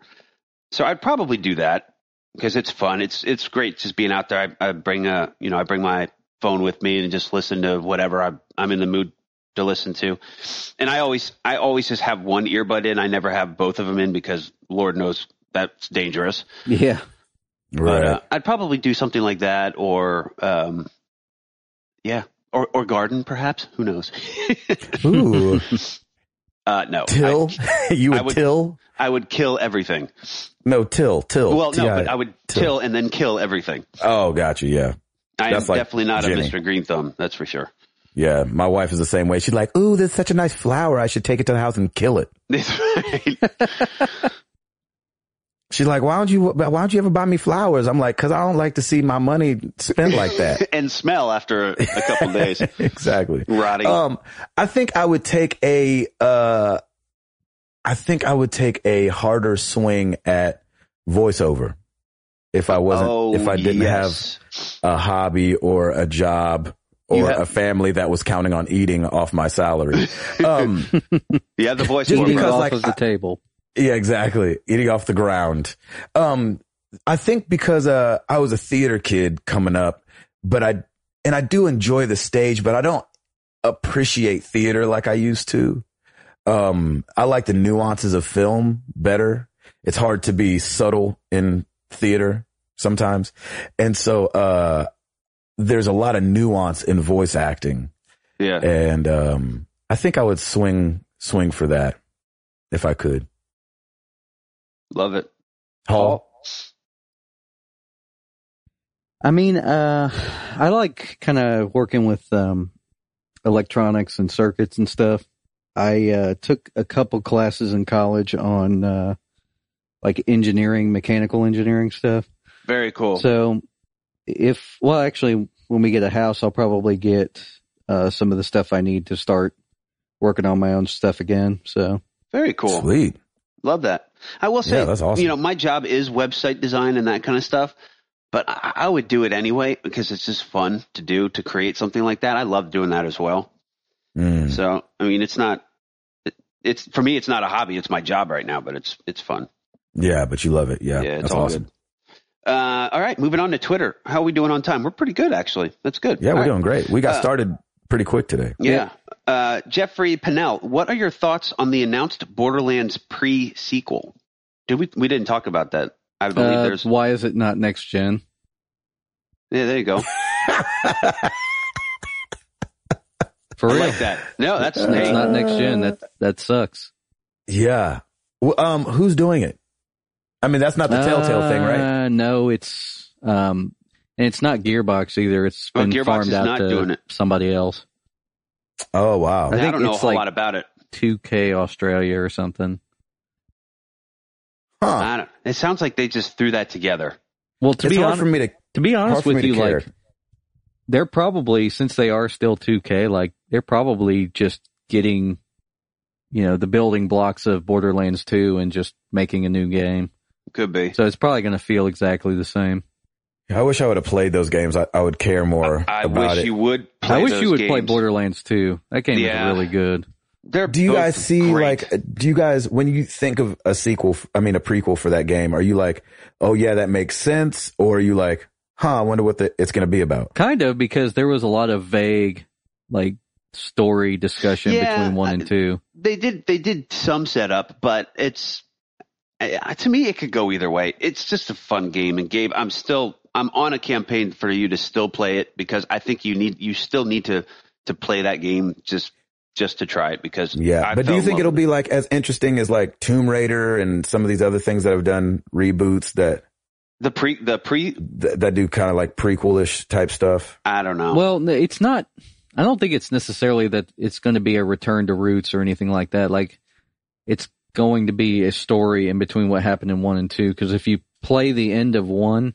So I'd probably do that because it's fun. It's it's great just being out there. I, I bring a you know I bring my phone with me and just listen to whatever I'm I'm in the mood to listen to. And I always I always just have one earbud in. I never have both of them in because Lord knows that's dangerous. Yeah, Right. But, uh, I'd probably do something like that or um, yeah, or or garden perhaps. Who knows? Ooh, uh, no, Till you I would, would- Till. I, I would kill everything. No, Till, Till. Well, no, T-I- but I would Till. till and then kill everything. Oh, gotcha. Yeah. I am That's like definitely not Jenny. a Mr. Green Thumb, that's for sure. Yeah. My wife is the same way. She's like, ooh, this is such a nice flower. I should take it to the house and kill it. That's right. She's like, why don't you, why don't you ever buy me flowers? I'm like, cause I don't like to see my money spent like that. and smell after a couple days. exactly. Rotting. Um, I think I would take a, uh, I think I would take a harder swing at voiceover if I wasn't, oh, if I didn't have yes. a hobby or a job or have- a family that was counting on eating off my salary. Um, Yeah, the voice Just more, eating because, off like, of the I- table. Yeah, exactly. Eating off the ground. Um, I think because, uh, I was a theater kid coming up, but I, and I do enjoy the stage, but I don't appreciate theater like I used to. Um, I like the nuances of film better. It's hard to be subtle in theater sometimes. And so, uh, there's a lot of nuance in voice acting. Yeah. And, um, I think I would swing, swing for that if I could. Love it. Hall. I mean, uh, I like kind of working with um, electronics and circuits and stuff. I uh, took a couple classes in college on uh, like engineering, mechanical engineering stuff. Very cool. So, if well, actually, when we get a house, I'll probably get uh, some of the stuff I need to start working on my own stuff again. So, Very cool. Sweet. Love that. I will say, Yeah, that's awesome. you know, my job is website design and that kind of stuff, but I, I would do it anyway because it's just fun to do to create something like that. I love doing that as well. Mm. So, I mean, it's not. it- It's for me. It's not a hobby. It's my job right now, but it's it's fun. Yeah, but you love it. Yeah, Yeah, it's that's all awesome. good. Uh, all right, moving on to Twitter. How are we doing on time? We're pretty good, actually. That's good. Yeah, All we're right. doing great. We got Uh, started pretty quick today. Yeah. Uh, Jeffrey Pinnell, what are your thoughts on the announced Borderlands pre sequel? Did we? We didn't talk about that. I believe Uh, there's. why is it not next gen? Yeah, there you go. For I real, like that. No, that's it's hey, not next gen. That that sucks. Yeah. Well, um, who's doing it? I mean, that's not the Telltale thing, right? Uh, no, it's um, and it's not Gearbox either. It's Well, been Oh, Gearbox farmed is out not to doing it. somebody else. Oh wow. I, think don't know a it's whole like- lot about it. 2K Australia or something. Huh. I don't, it sounds like they just threw that together. Well, to it's be hard honest, for me to. to be honest hard for with me you, to care. like they're probably since they are still 2K, like they're probably just getting, you know, the building blocks of Borderlands 2 and just making a new game. Could be. So it's probably going to feel exactly the same. I wish I would have played those games. I, I would care more I about wish it. you would. Play I wish those you would play games. Borderlands 2. That game Yeah. is really good. They're do you both guys see great. like? uh, Do you guys when you think of a sequel? f- I mean, a prequel for that game? Are you like, oh yeah, that makes sense, or are you like, huh? I wonder what the, it's going to be about. Kind of because there was a lot of vague, like, story discussion Yeah, between one I- and two. they did they did some setup, but it's uh, to me it could go either way. It's just a fun game, and Gabe, I'm still I'm on a campaign for you to still play it because I think you need you still need to to play that game just just to try it because Yeah, I but do fell you in think love it'll with be like as interesting as like Tomb Raider and some of these other things that have done reboots that it. the pre the pre that, that do kind of like prequelish type stuff? I don't know. Well, n- it's not. I don't think it's necessarily that it's going to be a return to roots or anything like that. Like, it's going to be a story in between what happened in one and two. Because if you play the end of one,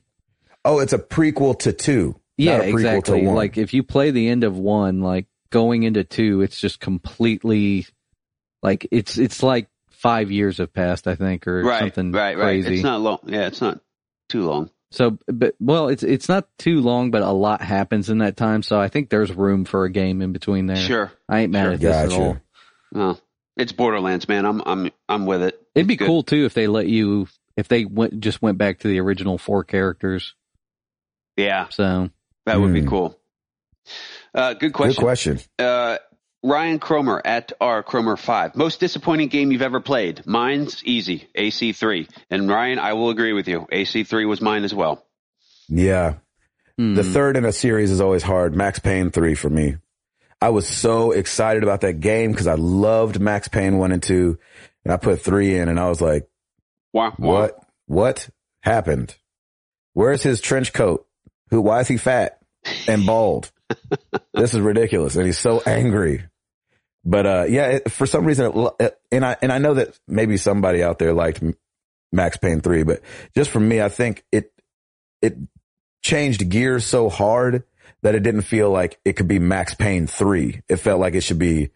Oh, it's a prequel to two. yeah, not a prequel exactly. To one. Like, if you play the end of one, like going into two, it's just completely like it's it's like five years have passed, I think, or right, something right, right. crazy. It's not long. Yeah, it's not too long. So, but well, it's it's not too long, but a lot happens in that time. So I think there's room for a game in between there. Sure. I ain't mad Sure. at this at Gotcha. all. Well, it's Borderlands, man. I'm I'm I'm with it. It'd be Good. cool too if they let you if they went just went back to the original four characters. Yeah, So that would be Hmm. cool. Uh, Good good question. question. uh, Ryan Cromer at R Cromer five. Most disappointing game you've ever played. Mine's easy. AC three. And Ryan, I will agree with you. AC three was mine as well. Yeah. The hmm. third in a series is always hard. Max Payne 3 for me. I was so excited about that game because I loved Max Payne 1 and 2. And I put 3 in and I was like, Wah, wah. what? What happened? Where's his trench coat? Who, why is he fat and bald? this is ridiculous. And he's so angry. But, uh, yeah, it, for some reason, it, lo- it- and I, and I know that maybe somebody out there liked M- Max Payne 3, but just for me, I think it, it changed gears so hard that it didn't feel like it could be Max Payne 3. It felt like it should be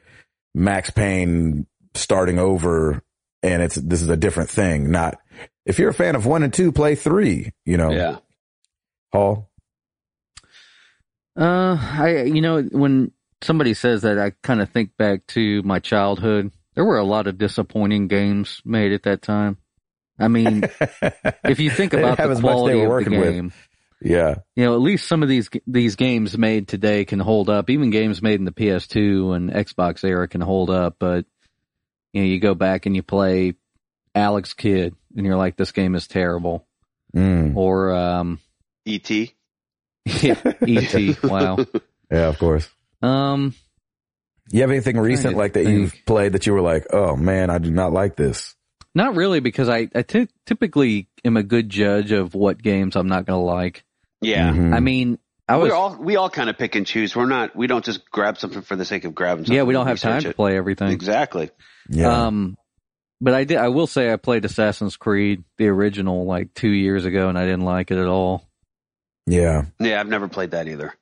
Max Payne starting over and it's, this is a different thing, not, if you're a fan of one and two, play three, you know, Yeah. Paul. Uh, I you know when somebody says that, I kind of think back to my childhood. There were a lot of disappointing games made at that time. I mean, if you think They didn't about have the as much they quality were of the working with. game, yeah. you know, at least some of these these games made today can hold up. Even games made in the PS2 and Xbox era can hold up. But you know, you go back and you play Alex Kidd, and you're like, this game is terrible. Mm. Or um, E.T. yeah, ET. Wow. Yeah, of course. Um, You have anything recent to like that you've think. played that you were like, oh man, I do not like this. not really, because I I ty- typically am a good judge of what games I'm not gonna like. Yeah. Mhm. I mean, I was We're Mm. all we all kind of pick and choose. We're not we don't just grab something for the sake of grabbing something. yeah, we don't have time research to it. play everything. Exactly. yeah. Um, but I did. I will say I played Assassin's Creed the original like two years ago, and I didn't like it at all. yeah. Yeah, I've never played that either.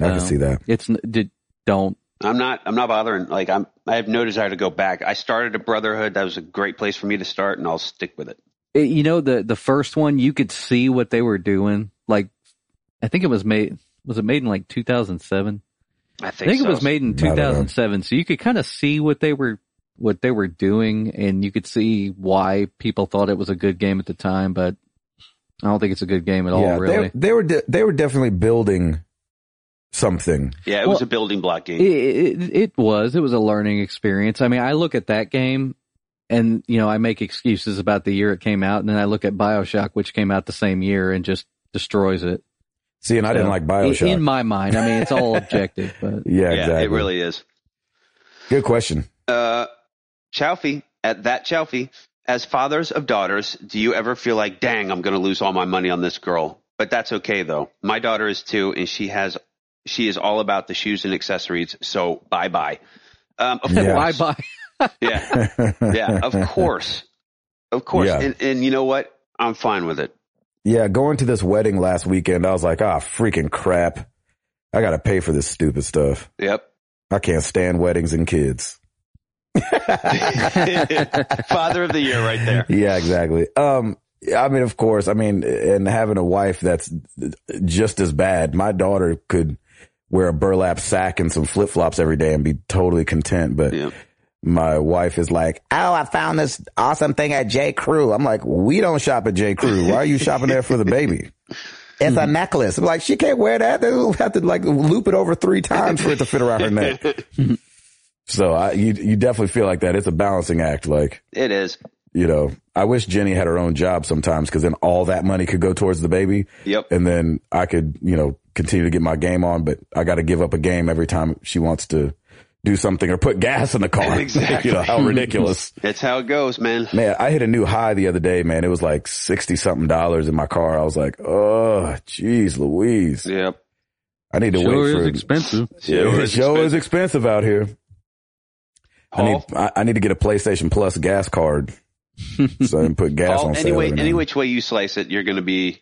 I can So, see that. It's n- did don't. I'm not I'm not bothering like I'm I have no desire to go back. I started a brotherhood. That was a great place for me to start and I'll stick with it. it- you know the the first one you could see what they were doing. Like I think it was made. Was it made in like 2007? I I think, think it so. was made in don't know. 2007. So you could kind of see what they were what they were doing, and you could see why people thought it was a good game at the time. But I don't think it's a good game at all. yeah. really, They, they were, de- they were definitely building something. Yeah, it was Well, a building block game. It, it, it was. It was a learning experience. I mean, I look at that game and you know, I make excuses about the year it came out, and then I look at Bioshock, which came out the same year, and just destroys it. See, and I didn't like Bioshock. In my mind, I mean, it's all objective, but yeah, Yeah, exactly. it really is. Good question. Uh, Chowfee, at that Chowfee, as fathers of daughters, do you ever feel like, dang, I'm going to lose all my money on this girl? But that's okay though. My daughter is two, and she has, she is all about the shoes and accessories. So bye bye. Um, of Yeah. why course, buy? yeah. yeah, of course. Of course. Yeah. And, and you know what? I'm fine with it. Yeah, going to this wedding last weekend, I was like, ah, freaking crap. I gotta pay for this stupid stuff. Yep. I can't stand weddings and kids. Father of the year right there. Yeah, exactly. Um, I mean, of course, I mean, and having a wife that's just as bad. My daughter could wear a burlap sack and some flip flops every day and be totally content, but Yeah. my wife is like, "Oh, I found this awesome thing at J Crew." I'm like, "We don't shop at J Crew. Why are you shopping there for the baby?" It's a necklace. I'm like, she can't wear that. They'll have to like loop it over three times for it to fit around her neck. so I, you, you definitely feel like that. It's a balancing act. Like, It is. you know, I wish Jenny had her own job sometimes because then all that money could go towards the baby Yep. and then I could, you know, continue to get my game on, but I got to give up a game every time she wants to do something or put gas in the car. Exactly. you know, how ridiculous. That's how it goes, man. Man, I hit a new high the other day, man. It was like 60 something dollars in my car. I was like, oh, geez, Louise. Yep. I need to Sure wait for is expensive. Sure is expensive. out here. I need, Paul, I, I need to get a PlayStation Plus gas card so I can put gas Paul on sale anyway, every now any and which way you slice it, you're going to be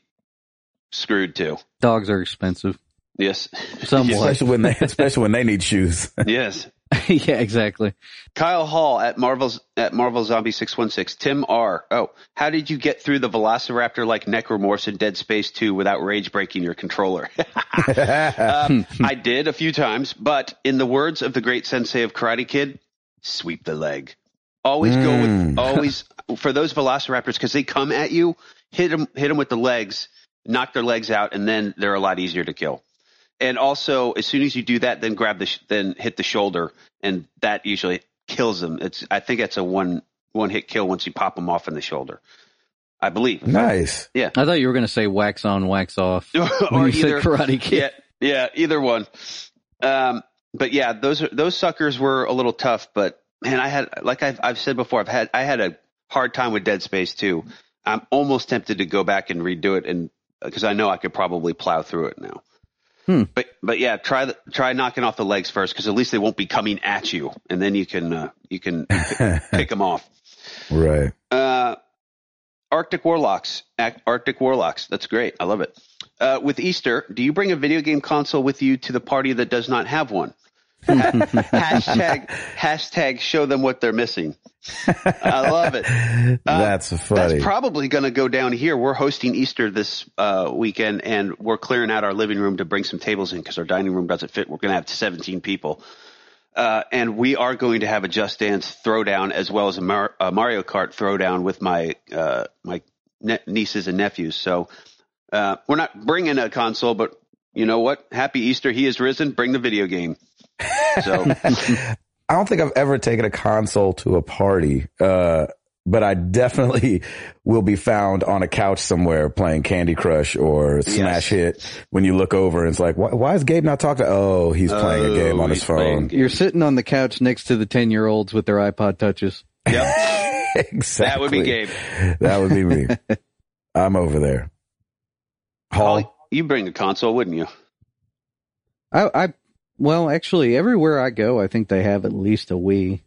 screwed too. Dogs are expensive. Yes. then. Somewhat. Especially when they, especially when they need shoes. yes. yeah, exactly. Kyle Hall at Marvel's at Marvel Zombie 616. Tim R. Oh, how did you get through the Velociraptor like Necromorphs in Dead Space 2 without rage breaking your controller? Um, I did a few times, but in the words of the great sensei of Karate Kid, sweep the leg. Always go with always for those velociraptors because they come at you, hit them, hit them with the legs, knock their legs out, and then they're a lot easier to kill. And also, as soon as you do that, then grab the sh- then hit the shoulder, and that usually kills them. It's I think that's a one one hit kill once you pop them off in the shoulder. I believe. nice. I thought you were going to say wax on, wax off. when or you either said Karate Kid. yeah, yeah, either one. Um, but yeah, those are, those suckers were a little tough. But man, I had like I've, I've said before, I've had I had a hard time with Dead Space too. I'm almost tempted to go back and redo it, and because I know I could probably plow through it now. Hmm. But but yeah, try the, try knocking off the legs first, because at least they won't be coming at you, and then you can uh, you can pick them off. right. Uh, Arctic Warlocks. Ac- Arctic Warlocks. That's great. I love it. Uh, with Easter, do you bring a video game console with you to the party that does not have one? hashtag hashtag show them what they're missing. I love it. That's funny. That's probably going to go down here. We're hosting Easter this uh, weekend, and we're clearing out our living room to bring some tables in because our dining room doesn't fit. We're going to have 17 people, uh, and we are going to have a Just Dance throwdown as well as a, Mar- a Mario Kart throwdown with my uh, my ne- nieces and nephews. So uh, we're not bringing a console, but you know what? Happy Easter! He is risen. Bring the video game. So I don't think I've ever taken a console to a party, uh, but I definitely will be found on a couch somewhere playing Candy Crush or Smash Hit when you look over and it's like, why, why is Gabe not talking? Oh, he's playing uh, a game on his phone. You're sitting on the couch next to the 10 year olds with their iPod touches. yep, exactly. that would be Gabe. That would be me. I'm over there. Paul, Hall. you bring a console, wouldn't you? I, I, well, actually, everywhere I go, I think they have at least a Wii.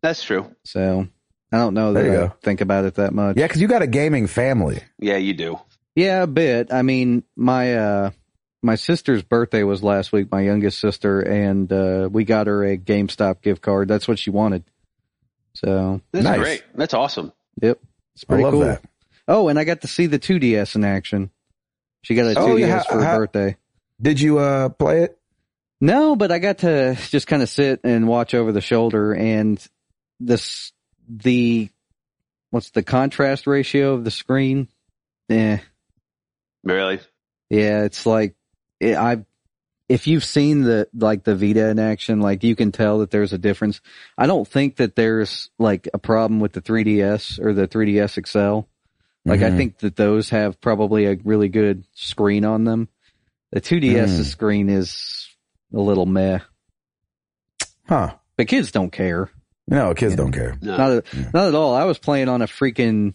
That's true. So I don't know There that I you go. think about it that much. Yeah, because you got a gaming family. Yeah, you do. Yeah, a bit. I mean, my uh my sister's birthday was last week, my youngest sister, and uh we got her a GameStop gift card. That's what she wanted. So That's Nice. great. That's awesome. it's pretty I love cool. that. Oh, and I got to see the 2DS in action. She got a 2DS Oh, yeah, for her how- birthday. Did you uh play it? No, but I got to just kind of sit and watch over the shoulder and this the what's the contrast ratio of the screen? Eh, Really? Yeah, it's like it, I if you've seen the like the Vita in action, like you can tell that there's a difference. I don't think that there's like a problem with the 3DS or the 3DS XL. Like I Mhm. think that those have probably a really good screen on them. The 2DS 's Mm. screen is a little meh, Huh. but kids don't care. No, kids don't care. No. Not, a, Yeah. not at all. I was playing on a freaking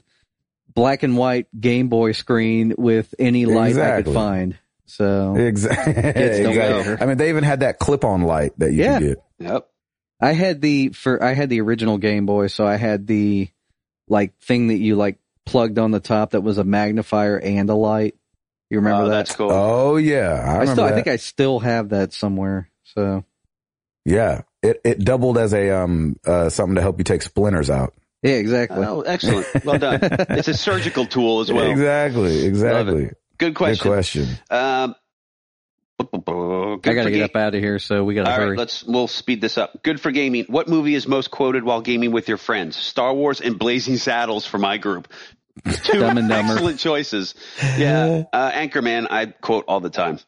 black and white Game Boy screen with any light I could Exactly. find. So Exactly. don't exactly. care. I mean, they even had that clip on light that you Yeah. could get. Yep. I had the for I had the original Game Boy, so I had the like thing that you like plugged on the top that was a magnifier and a light. You remember Oh, that? That's cool. Oh yeah. I, I, remember still I that. think I still have that somewhere. So yeah. It it doubled as a um uh something to help you take splinters out. yeah, exactly. Oh, excellent. Well done. it's a surgical tool as well. Exactly. Exactly. Good question. Good question. Um, I I gotta get up out of here, so we gotta All hurry. right, let's we'll speed this up. Good for gaming. What movie is most quoted while gaming with your friends? Star Wars and Blazing Saddles for my group. Two Dumb and Dumber. excellent choices. Yeah, uh, Anchorman I quote all the time.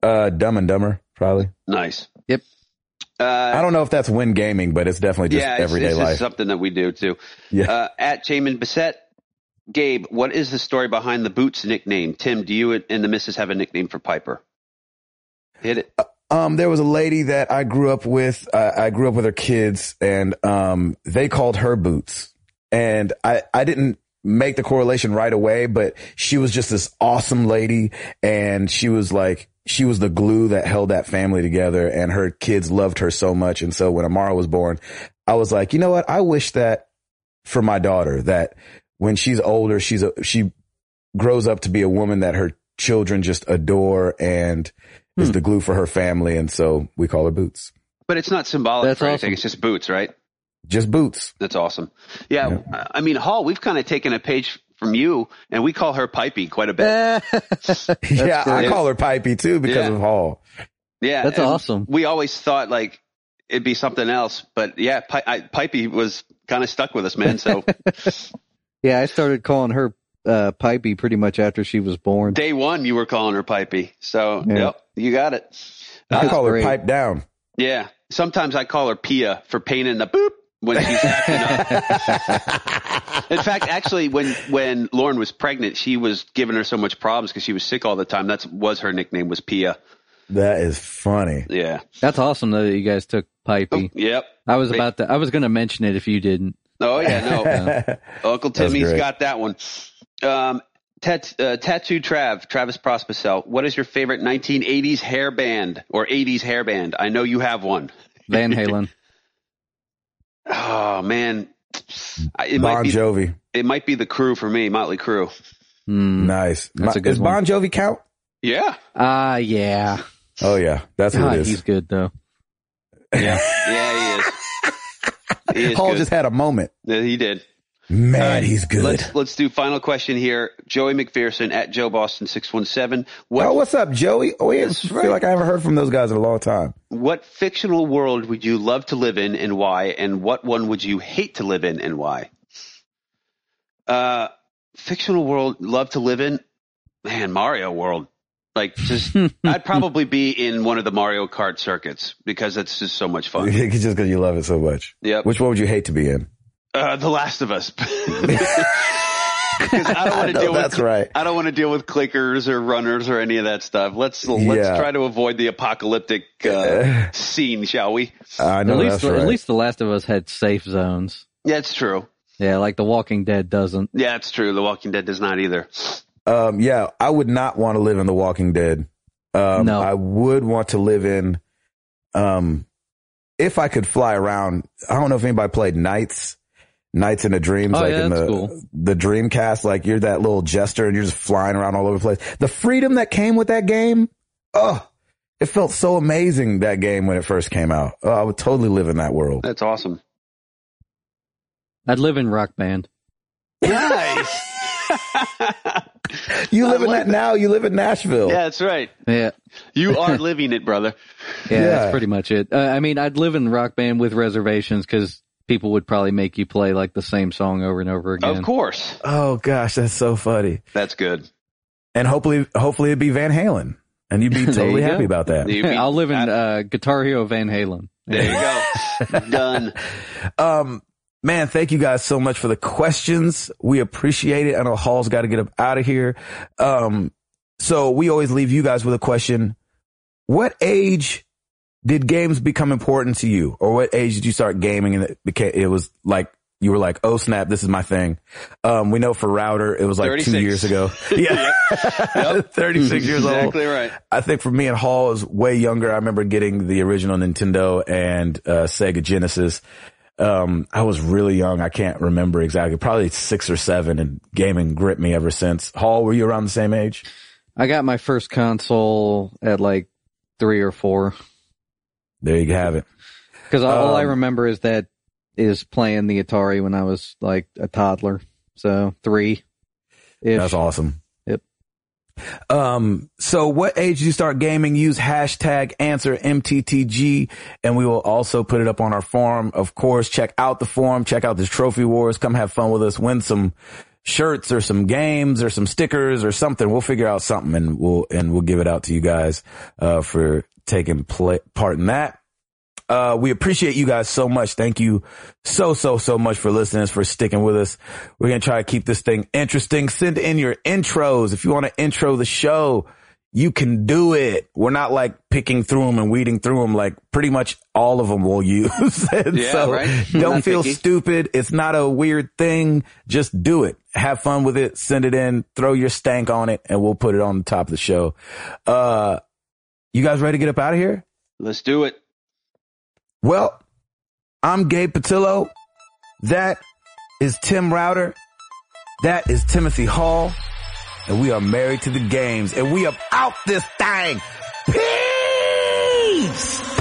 Uh, Dumb and Dumber probably. Nice. Yep. Uh, I don't know if that's win gaming, but it's definitely just yeah, it's, everyday it's just life. something that we do too. Yeah. Uh, at Jamin Bissett, Gabe, what is the story behind the Boots nickname? Tim, do you and the missus have a nickname for Piper? Hit it. Um, there was a lady that I grew up with. Uh, I grew up with her kids, and um, they called her Boots. And I, I didn't make the correlation right away, but she was just this awesome lady, and she was like, she was the glue that held that family together, and her kids loved her so much. And so when Amara was born, I was like, you know what? I wish that for my daughter that when she's older, she's a, she grows up to be a woman that her children just adore and is the glue for her family. And so we call her boots, But it's not symbolic That's for anything. awesome. It's just boots, right? just boots. That's awesome. Yeah, I I mean, Hall, we've kind of taken a page from you, and we call her Pipey quite a Eh, bit. yeah. I great. call her pipey too because Yeah. of Hall. Yeah, That's and awesome. We always thought like it'd be something else, but yeah, Pi- I, Pipey was kind of stuck with us, man. So yeah, I started calling her uh Pipey pretty much after she was born. day one, you were calling her Pipey. So Yeah. yep, you got it. I Uh, call her great. pipe down. yeah, sometimes I call her Pia for pain in the boop when she's acting up. In fact, actually, when when Lauren was pregnant, she was giving her so much problems because she was sick all the time. That's was her nickname was Pia. That is funny. Yeah. That's awesome though that you guys took Pipey. Yep. I was about to I was gonna mention it if you didn't. Oh yeah, no. Uncle That's Timmy's great. got that one. Um, tat, uh, Tattoo Trav, Travis Prospacel. What is your favorite 1980s hair band or 80s hair band? I know you have one. Van Halen. Oh man, I- it might bon be Jovi. it might be the Crew for me, Motley Crew. Hmm. Nice. That's a good Does one. Bon Jovi count? Yeah, Ah, yeah. Oh yeah. That's what God, it he's is. good though. yeah, he is. He is Hall good. just had a moment. Yeah, he did. Man, All right, he's good. Let's let's do final question here. Joey McPherson at Joe Boston six one seven. What oh, what's up, Joey? Oh, yeah, I That's feel right. like I haven't heard from those guys in a long time. What fictional world would you love to live in and why? And what one would you hate to live in and why? Uh, fictional world love to live in? Man, Mario world. Like just I'd probably be in one of the Mario Kart circuits because that's just so much fun. just because you love it so much. Yep. Which one would you hate to be in? Uh, the Last of Us. 'Cause I don't want to No, deal that's with right. I don't want to deal with clickers or runners or any of that stuff. Let's let's Yeah. try to avoid the apocalyptic uh, scene, shall we? I know at least that's right. at least the last of us had safe zones Yeah, it's true. yeah like the walking dead doesn't Yeah, it's true. The Walking Dead does not either. Um, yeah, I would not want to live in The Walking Dead. Um, No. I would want to live in, um, if I could fly around. I don't know if anybody played Nights, Nights in the Dreams, Oh, like yeah, in that's the cool. the Dreamcast. Like you're that little jester and you're just flying around all over the place. The freedom that came with that game, oh, it felt so amazing that game when it first came out. Oh, I would totally live in that world. That's awesome. i'd live in rock band Nice. You live in that now. You live in Nashville. yeah, that's right. yeah You are living it, brother. yeah, Yeah. that's pretty much it uh, i mean i'd live in rock band with reservations because people would probably make you play like the same song over and over again Of course. Oh gosh, that's so funny. That's good. And hopefully, hopefully it'd be Van Halen. and you'd be There totally you happy go. about that. You beat- I'll live in I- uh, Guitar Hero Van Halen. there you go. Done. Um, man, thank you guys so much for the questions. We appreciate it. I know Hall's got to get up out of here. Um, so we always leave you guys with a question. What age did games become important to you? Or what age did you start gaming and it became, it was like, you were like, oh snap, this is my thing. Um, we know for Router, it was like two 36. years ago. Yeah. 36 years old. Exactly right. I think for me and Hall is way younger. I remember getting the original Nintendo and uh, Sega Genesis. Um, I was really young. I can't remember exactly. Probably six or seven, and gaming gripped me ever since. Hall, were you around the same age? I got my first console at like three or four There you have it. because all I Um, remember is that is playing the Atari when I was like a toddler. So three. If, That's awesome. Yep. Um, so what age do you start gaming? Use hashtag answer MTTG and we will also put it up on our forum. Of course, check out the forum, check out the trophy wars, come have fun with us, win some shirts or some games or some stickers or something. We'll figure out something and we'll, and we'll give it out to you guys, uh, for taking play, part in that. Uh, we appreciate you guys so much. Thank you so, so, so much for listening, for sticking with us. We're going to try to keep this thing interesting. Send in your intros. If you want to intro the show, you can do it. We're not like picking through them and weeding through them. Like pretty much all of them we'll use. And Yeah, so right. don't Not feel picky. stupid. It's not a weird thing. Just do it. Have fun with it. Send it in. Throw your stank on it and we'll put it on the top of the show. Uh, you guys ready to get up out of here? Let's do it. Well, I'm Gabe Patillo. That is Tim Router. That is Timothy Hall. And we are married to the games. And we are out this thing. Peace!